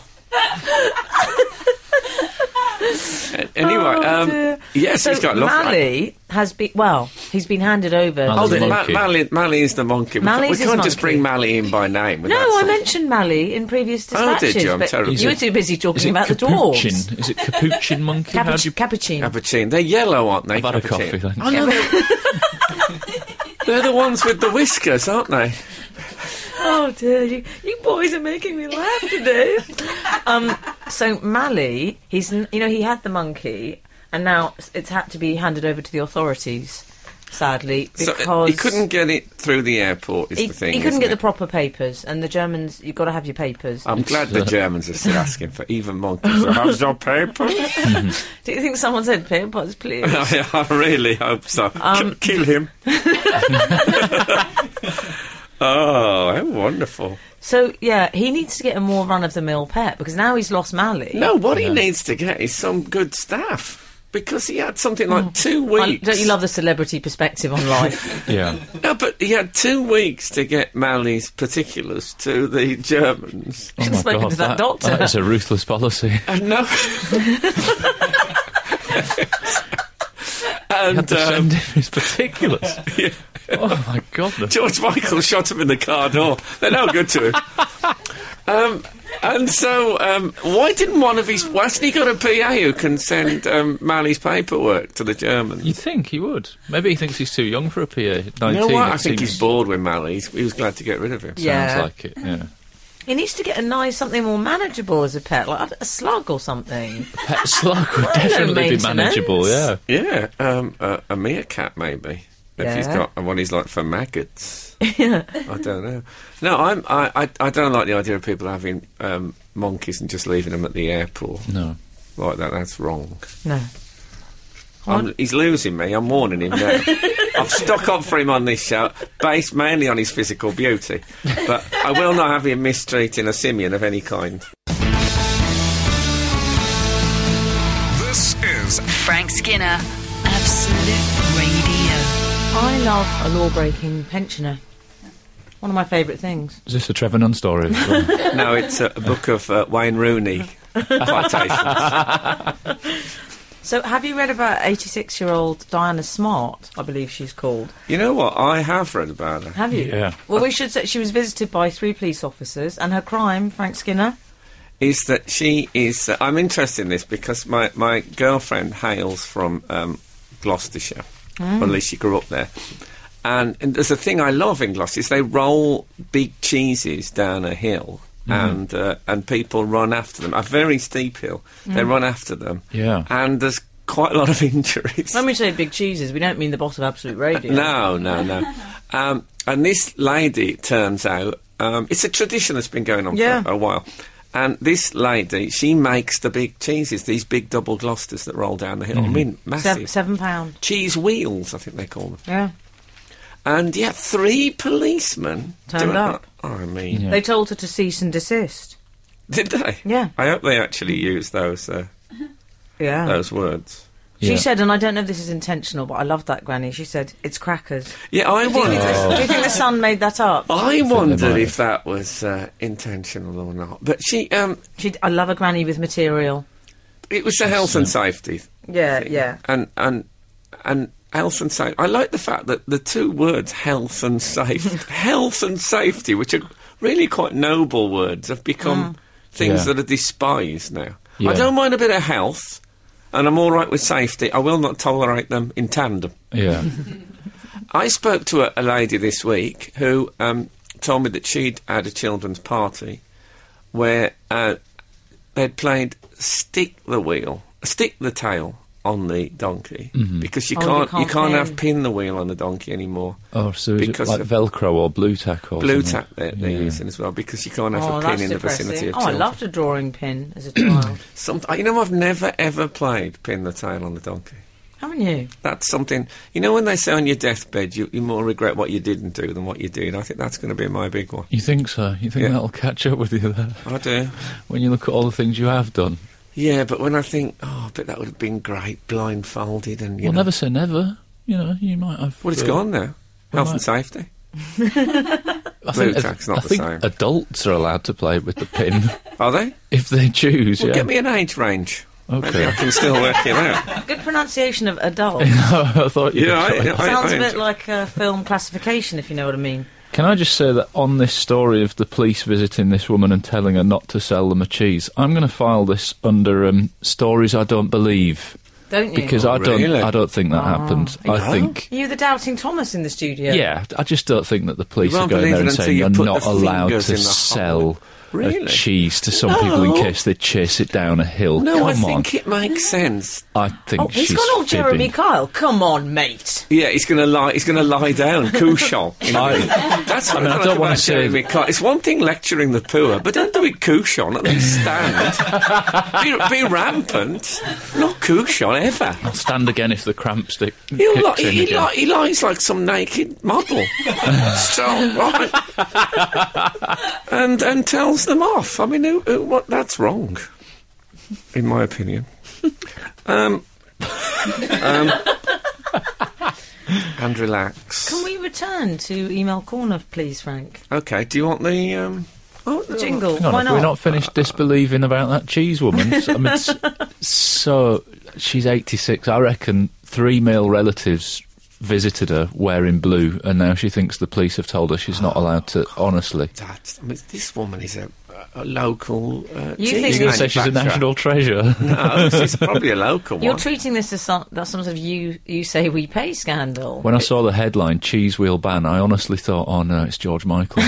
A- anyway, um, yes,
Oh, so
he's got love.
Mally has been well. He's been handed over. Oh,
Mally's
Hold
to-
it, Ma-
Monkey.
Mally, Mally is the monkey. We,
Mally's
can't, we
his
can't just
monkey.
bring Mally in by name.
no,
without
I
some-
mentioned Mally in previous
Oh, did
dispatches,
you? I'm
but
terrible.
you were
Is
too
it-
busy
Is
talking
it
about the
capuchin?
dwarves.
Is it capuchin monkey? How
Capuch-
do you
Capuchin.
Cappuccino. They're yellow, aren't they?
I've had a
Cappuccino?
coffee, thanks.
Oh, no, they're, they're the ones with the whiskers, aren't they?
Oh dear, you, you boys are making me laugh today. um, so Mally, he's n- you know he had the monkey, and now s- it's had to be handed over to the authorities. Sadly,
So, uh,
because
he couldn't get it through the airport. Is
he,
the thing?
he couldn't
isn't
get the
it? Uh.
proper papers, and the Germans, you've got to have your papers.
I'm glad the Germans are still asking for even monkeys. Have your paper?
Do you think someone said papers, please?
I, I really hope so. K-
Um,
kill him. oh, how wonderful!
so yeah, he needs to get a more run of the mill pet because now he's lost Mally.
No, what he needs to get is some good staff. Because he had something like two
I-
weeks.
Mm. don't you love the celebrity perspective on life?
Yeah.
No, but he had two weeks to get Mally's particulars to the Germans.
Oh
Should've
my
spoken
God,
to that doctor.
That is a ruthless policy.
And no.
He had
and
to
um,
send him his particulars. Oh my god! the-
George Michael shot him in the car door. They're no good to him. um, and so, um, why didn't one of his? Why hasn't he got a PA who can send um, Manny's paperwork to the Germans?
You'd think he would. Maybe he thinks he's too young for a PA. Nineteen.
You know what?
it
I think
seems-
he's bored with Mally. He's- He was glad to get rid of him.
Sounds
Yeah.
like it. Yeah.
He needs to get a nice something more manageable as a pet, like a slug or something.
Pet slug would definitely be
maintenance.
manageable. Yeah.
Yeah, um, uh, a meerkat maybe. If he's
Yeah.
got one, he's like for maggots. I don't know. No, I'm. I, I. I don't like the idea of people having um, monkeys and just leaving them at the airport
No.
like that. That's wrong.
no.
I'm, he's losing me. I'm warning him now. I've stuck up for him on this show, based mainly on his physical beauty. But I will not have him mistreating a simian of any kind.
This is
Frank Skinner, Absolute Radio.
I love a law-breaking pensioner. One of my favourite things.
Is this a Trevor Nunn story?
No, it's a, a book of uh, Wayne Rooney quotations.
So, have you read about 86-year-old Diana Smart? I believe she's called.
You know what? I have read about her.
Have you?
Yeah.
Well, we should say she was visited by three police officers, and her crime, Frank Skinner.
is that she is. Uh, I'm interested in this because my, my girlfriend hails from um, Gloucestershire, or at least she grew up there. And, and there's a thing I love in Gloucester is they roll big cheeses down a hill. And uh, and people run after them. A very steep hill. They run after them.
Yeah.
And there's quite a lot of injuries.
When we say big cheeses, we don't mean the boss of Absolute Radio.
No, no, no. um, and this lady, it turns out, um, it's a tradition that's been going on
Yeah.
for a while. And this lady, she makes the big cheeses, these big double Gloucesters that roll down the hill. I
Mm-hmm.
mean, massive.
Seven, seven pound.
Cheese wheels, I think they call them.
Yeah.
And yeah, three policemen
Turned
doing-
up.
I mean,
They told her to cease and desist.
did they?
Yeah. Oh.
I hope they actually use those uh,
Yeah.
those words.
She
Yeah.
said, and I don't know if this is intentional, but I love that granny. She said, "It's crackers."
Yeah, I
Do you think,
wonder.
the, do you think the son made that up?
I
might
wondered
have.
if that was uh, intentional or not. But she, um,
She, I love a granny with material.
it was the health and safety
Yeah,
thing.
yeah.
And and and health and safety. I like the fact that the two words health and safe, health and safety, which are really quite noble words, have
Mm.
become things
Yeah.
that are despised now.
Yeah.
I don't mind a bit of health, and I'm all right with safety. I will not tolerate them in tandem.
yeah.
I spoke to a, a lady this week who um, told me that she'd had a children's party where uh, they'd played stick the wheel, stick the tail on the donkey
Mm-hmm.
because you
Oh, you
can't, you
can't
can't
pin.
have pin the wheel on the donkey anymore.
Oh, so is
Because
it like
of-
Velcro or blue tack or
Blue
something?
tack they're, they're
Yeah.
using as well because you can't have
Oh,
a pin
that's
in the vicinity
depressing.
of
Oh, I
children.
loved a drawing pin as a child.
Somet- you know, I've never ever played pin the tail on the donkey.
Haven't you?
That's something. You know, when they say on your deathbed, you, you more regret what you didn't do than what you did. I think that's going to be my big one.
You think so? You think
Yeah.
that'll catch up with you there?
I do.
When you look at all the things you have done.
Yeah, but when I think, oh, but that would have been great, blindfolded and you
well,
know.
never say never. You know, you might have.
well, it's
uh,
gone now. Health
might-
and safety.
I think,
Blue tack's not
I
the
think
same.
adults are allowed to play with the pin
Are they?
if they choose.
Well,
yeah.
get me an age range. Maybe I
okay.
can still work it out.
Good pronunciation of adult.
I thought you.
Yeah,
were
I-
trying-
yeah, I-
Sounds a bit
enjoy-
like a film classification, if you know what I mean.
Can I just say that on this story of the police visiting this woman and telling her not to sell them a cheese, I'm going to file this under um, stories I don't believe
Don't you?
because I don't.
Oh, really?
I don't think that
Ah.
happened. I think.
you the doubting Thomas in the studio.
Yeah, I just don't think that the police
You
are
won't
going
believe
there
it
and
until
saying
you
you're
put
not
the
allowed to
fingers in the
sell
hole." Really?
a cheese to some people in
No.
case they chase it down a hill.
No,
Come
I
on.
think it makes sense.
I think
Oh,
she's
he's gone all Jeremy
fibbing.
Kyle. Come on, mate.
Yeah, he's gonna lie. He's gonna lie down, couchant. You know?
I-
That's what
mean,
I,
I don't wanna
want to
say
Jeremy
that-
Clark. It's one thing lecturing the poor, but don't do it couchant. At least stand. be, be rampant, not couchant ever.
I'll stand again if the cramp stick
He'll
kicks
li-
in
he,
again.
li- he lies like some naked model. so, right. and and tells them off. I mean, who, who, what? That's wrong, in my opinion. Um, um, and relax.
Can we return to email corner, please, Frank?
Okay. Do you want the um? Oh, no.
Jingle.
Hang on,
Why
have
not?
we not finished disbelieving about that cheese woman? So, I mean, s- so she's 86. I reckon three male relatives visited her wearing blue, and now she thinks the police have told her she's
Oh,
not allowed to. Honestly,
That's, I mean, this woman is a, a local. Uh,
You
cheese
think-
you're going to say she's a
manufacturer.
national treasure?
No, she's probably a local
You're
one.
treating this as some, that's some sort of you you say we pay scandal.
When I saw the headline "Cheese Wheel Ban," I honestly thought, "Oh no, it's George Michael.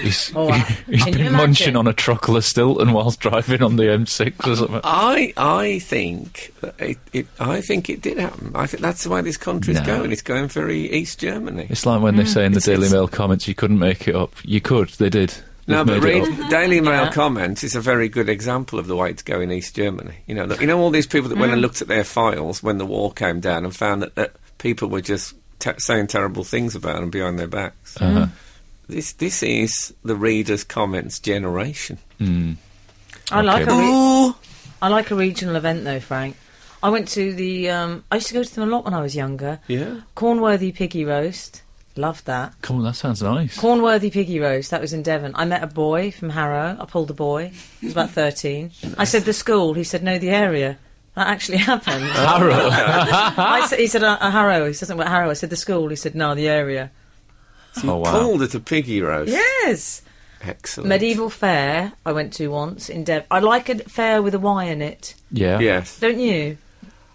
he's
Oh, wow.
he's
Can you
been
imagine?
munching on a truckle of Stilton whilst driving on the M6 or something."
I I think that it, it I think it did happen. I think that's the way this country's
No.
going. It's going very East Germany.
It's like when they say in the Daily Mail comments, "You couldn't make it up." You could. They did. They've
No, but
made it
read
up.
Daily Mail
Mm-hmm. Yeah.
comments is a very good example of the way it's going in East Germany. You know, look, you know all these people that went
Mm-hmm.
and looked at their files when the wall came down and found that, that people were just te- saying terrible things about them behind their backs.
Uh-huh.
Mm-hmm.
This this is the readers' comments generation.
I like
Okay.
a re-
Oh,
I like a regional event though, Frank. I went to the um, I used to go to them a lot when I was younger.
Yeah.
Cornworthy piggy roast, loved that.
Come on, that sounds nice.
Cornworthy piggy roast. That was in Devon. I met a boy from Harrow. I pulled a boy. He was about thirteen. I said the school. He said no, the area. That actually happened.
Uh-huh.
I said, he said uh, uh, Harrow. He said something about Harrow. I said the school. He said no, the area.
Oh wow.
called it a piggy roast.
Yes.
Excellent.
Medieval fair I went to once in Dev. I like a fair with a Y in it,
Yeah.
Yes.
don't you?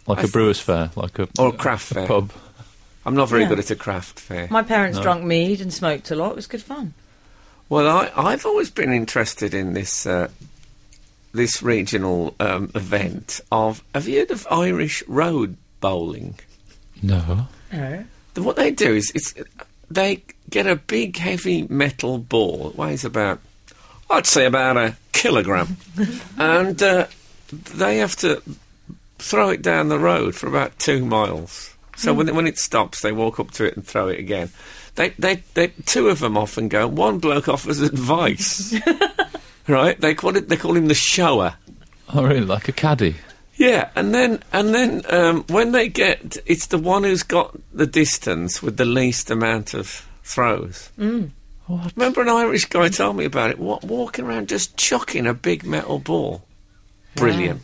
Like a brewer's fair, like a
Or a craft fair.
pub.
I'm not very
Yeah.
good at a craft fair.
My parents drank mead and smoked a lot. It was good fun.
Well, I, I've always been interested in this uh, this regional um, event of. Have you heard of Irish road bowling?
No.
The- What they do is it's they get a big heavy metal ball. It weighs about, I'd say, about a kilogram, and uh, they have to throw it down the road for about two miles. So when when it stops, they walk up to it and throw it again. They they, they two of them often go. One bloke offers advice. Right, they call it. They call him the shower.
Oh really? Like a caddy.
Yeah, and then and then um, when they get, it's the one who's got the distance with the least amount of throws.
What?
Remember, an Irish guy told me about it. What walking around just chucking a big metal ball? Brilliant.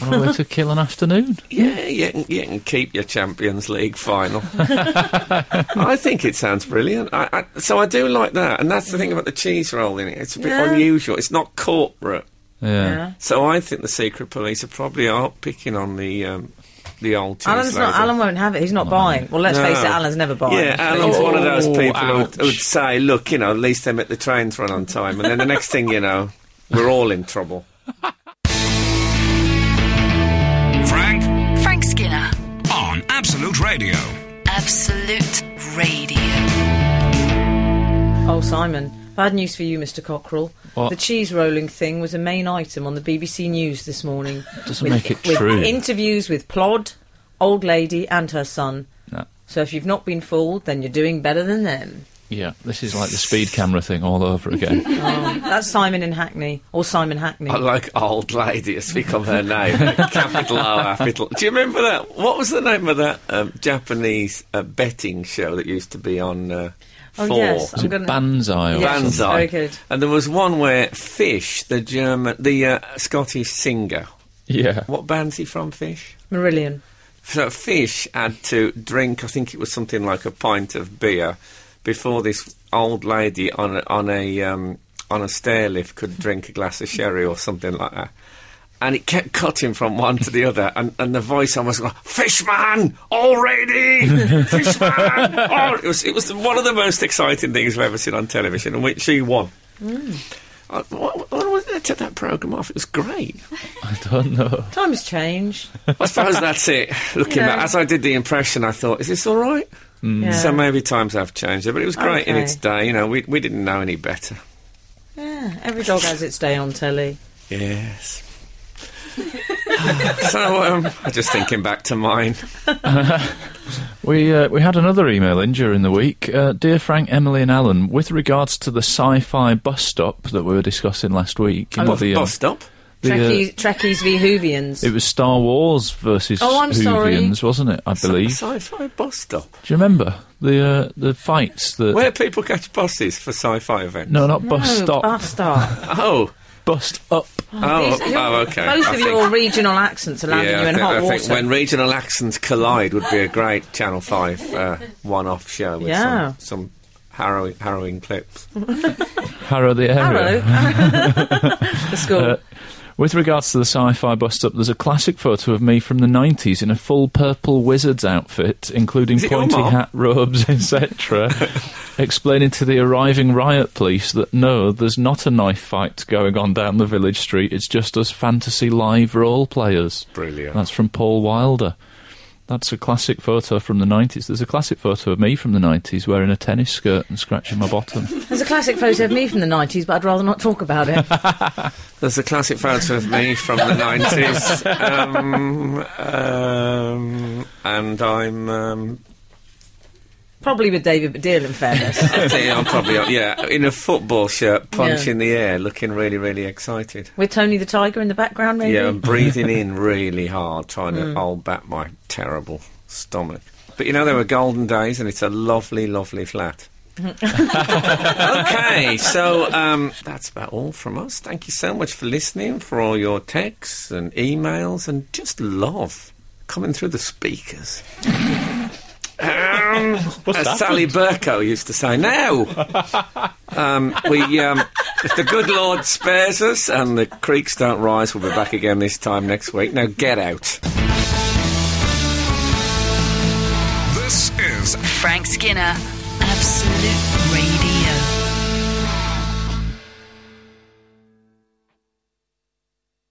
What a way to kill an afternoon.
Yeah, you can, you can keep your Champions League final. I think it sounds brilliant. I, I, so I do like that, and that's the thing about the cheese roll in it. It's a bit
Yeah.
unusual. It's not corporate.
Yeah.
Yeah.
So I think the secret police are probably are picking on the um, the old. cheese
Alan's not.
lady.
Alan won't have it. He's not buying. Well, let's
No.
face it. Alan's never buying.
Yeah, Alan's one of those
Oh,
people who would, who would
ouch.
say, look, you know, at least they make the trains run on time. And then the next thing you know, we're all in trouble.
Frank
Frank Skinner,
on Absolute Radio.
Absolute Radio.
Oh, Simon. Bad news for you, Mr. Cockrell.
What?
The cheese rolling thing was a main item on the BBC News this morning.
Doesn't make it
with
true.
interviews with Plod, old lady, and her son.
No.
So if you've not been fooled, then you're doing better than them.
Yeah. This is like the speed camera thing all over again.
Oh. That's Simon in Hackney or Simon Hackney.
I like old lady, it's become her name. capital O, capital. Do you remember that? What was the name of that um, Japanese uh, betting show that used to be on uh,
Oh,
Four?
yes.
Is
I'm
it
gonna-
Banzai or
Yeah.
something?
Banzai.
Very good.
And there was one where Fish, the German, the uh, Scottish singer.
Yeah.
What band's he from, Fish?
Marillion.
So Fish had to drink, I think it was something like a pint of beer, before this old lady on a, on a um, on a stair lift could drink a glass of sherry or something like that. And it kept cutting from one to the other, and, and the voice almost going, "Fishman, already, Fishman!" Oh, it was it was one of the most exciting things I've ever seen on television, and which she won. I, what, what was they took that program off? It was great.
I don't know.
Times change.
I suppose that's it. Looking
You know.
back, as I did the impression, I thought, is this all right?
Mm.
Yeah.
So maybe times have changed, but it was great in
Okay.
its day. You know, we, we didn't know any better.
Yeah, every dog has its day on telly.
Yes. so um, I'm just thinking back to mine.
We uh, we had another email in during the week, uh, dear Frank, Emily, and Alan. With regards to the sci-fi bus stop that we were discussing last week, you know,
What,
the, um,
Oh, bus stop.
the, uh,
Trekkies, Trekkies v Hoovians.
it was Star Wars versus
Oh, I'm sorry.
Hoovians, wasn't it? I believe.
Sci-fi bus stop.
Do you remember the uh, the fights that?
Where people catch buses for sci-fi events.
No, not bus
No,
stop.
bus Oh, stop.
Oh,
Bust up.
Oh, oh, okay.
Both
I
of
think-
your regional accents are landing
yeah,
you
I
in
think,
hot
I
water.
think when regional accents collide would be a great Channel Five uh, one-off show with
Yeah.
some, some harrowing, harrowing clips.
Harrow the area.
Hello. the school.
Uh,
With regards to the sci-fi bust-up, there's a classic photo of me from the 90s in a full purple wizard's outfit, including
Is it your
pointy
mom?
hat, robes, etc., explaining to the arriving riot police that no, there's not a knife fight going on down the village street. It's just us fantasy live role players.
Brilliant.
That's from Paul Wilder. That's a classic photo from the 90s. There's a classic photo of me from the 90s wearing a tennis skirt and scratching my bottom.
There's a classic photo of me from the 90s, but I'd rather not talk about it.
There's a classic photo of me from the 90s. Um, um, and I'm. Um,
Probably with David Baddiel, in fairness.
I think I'm probably, yeah, in a football shirt, punch in the air, looking really, really excited.
with Tony the Tiger in the background, maybe?
Yeah, I'm breathing in really hard, trying to hold back my terrible stomach. But you know, there were golden days, and it's a lovely, lovely flat. okay, so um, that's about all from us. Thank you so much for listening, for all your texts and emails, and just love coming through the speakers. um, as Sally Burko used to say, now um, we, um, if the good Lord spares us and the creeks don't rise, we'll be back again this time next week. Now get out.
This is
Frank Skinner, Absolute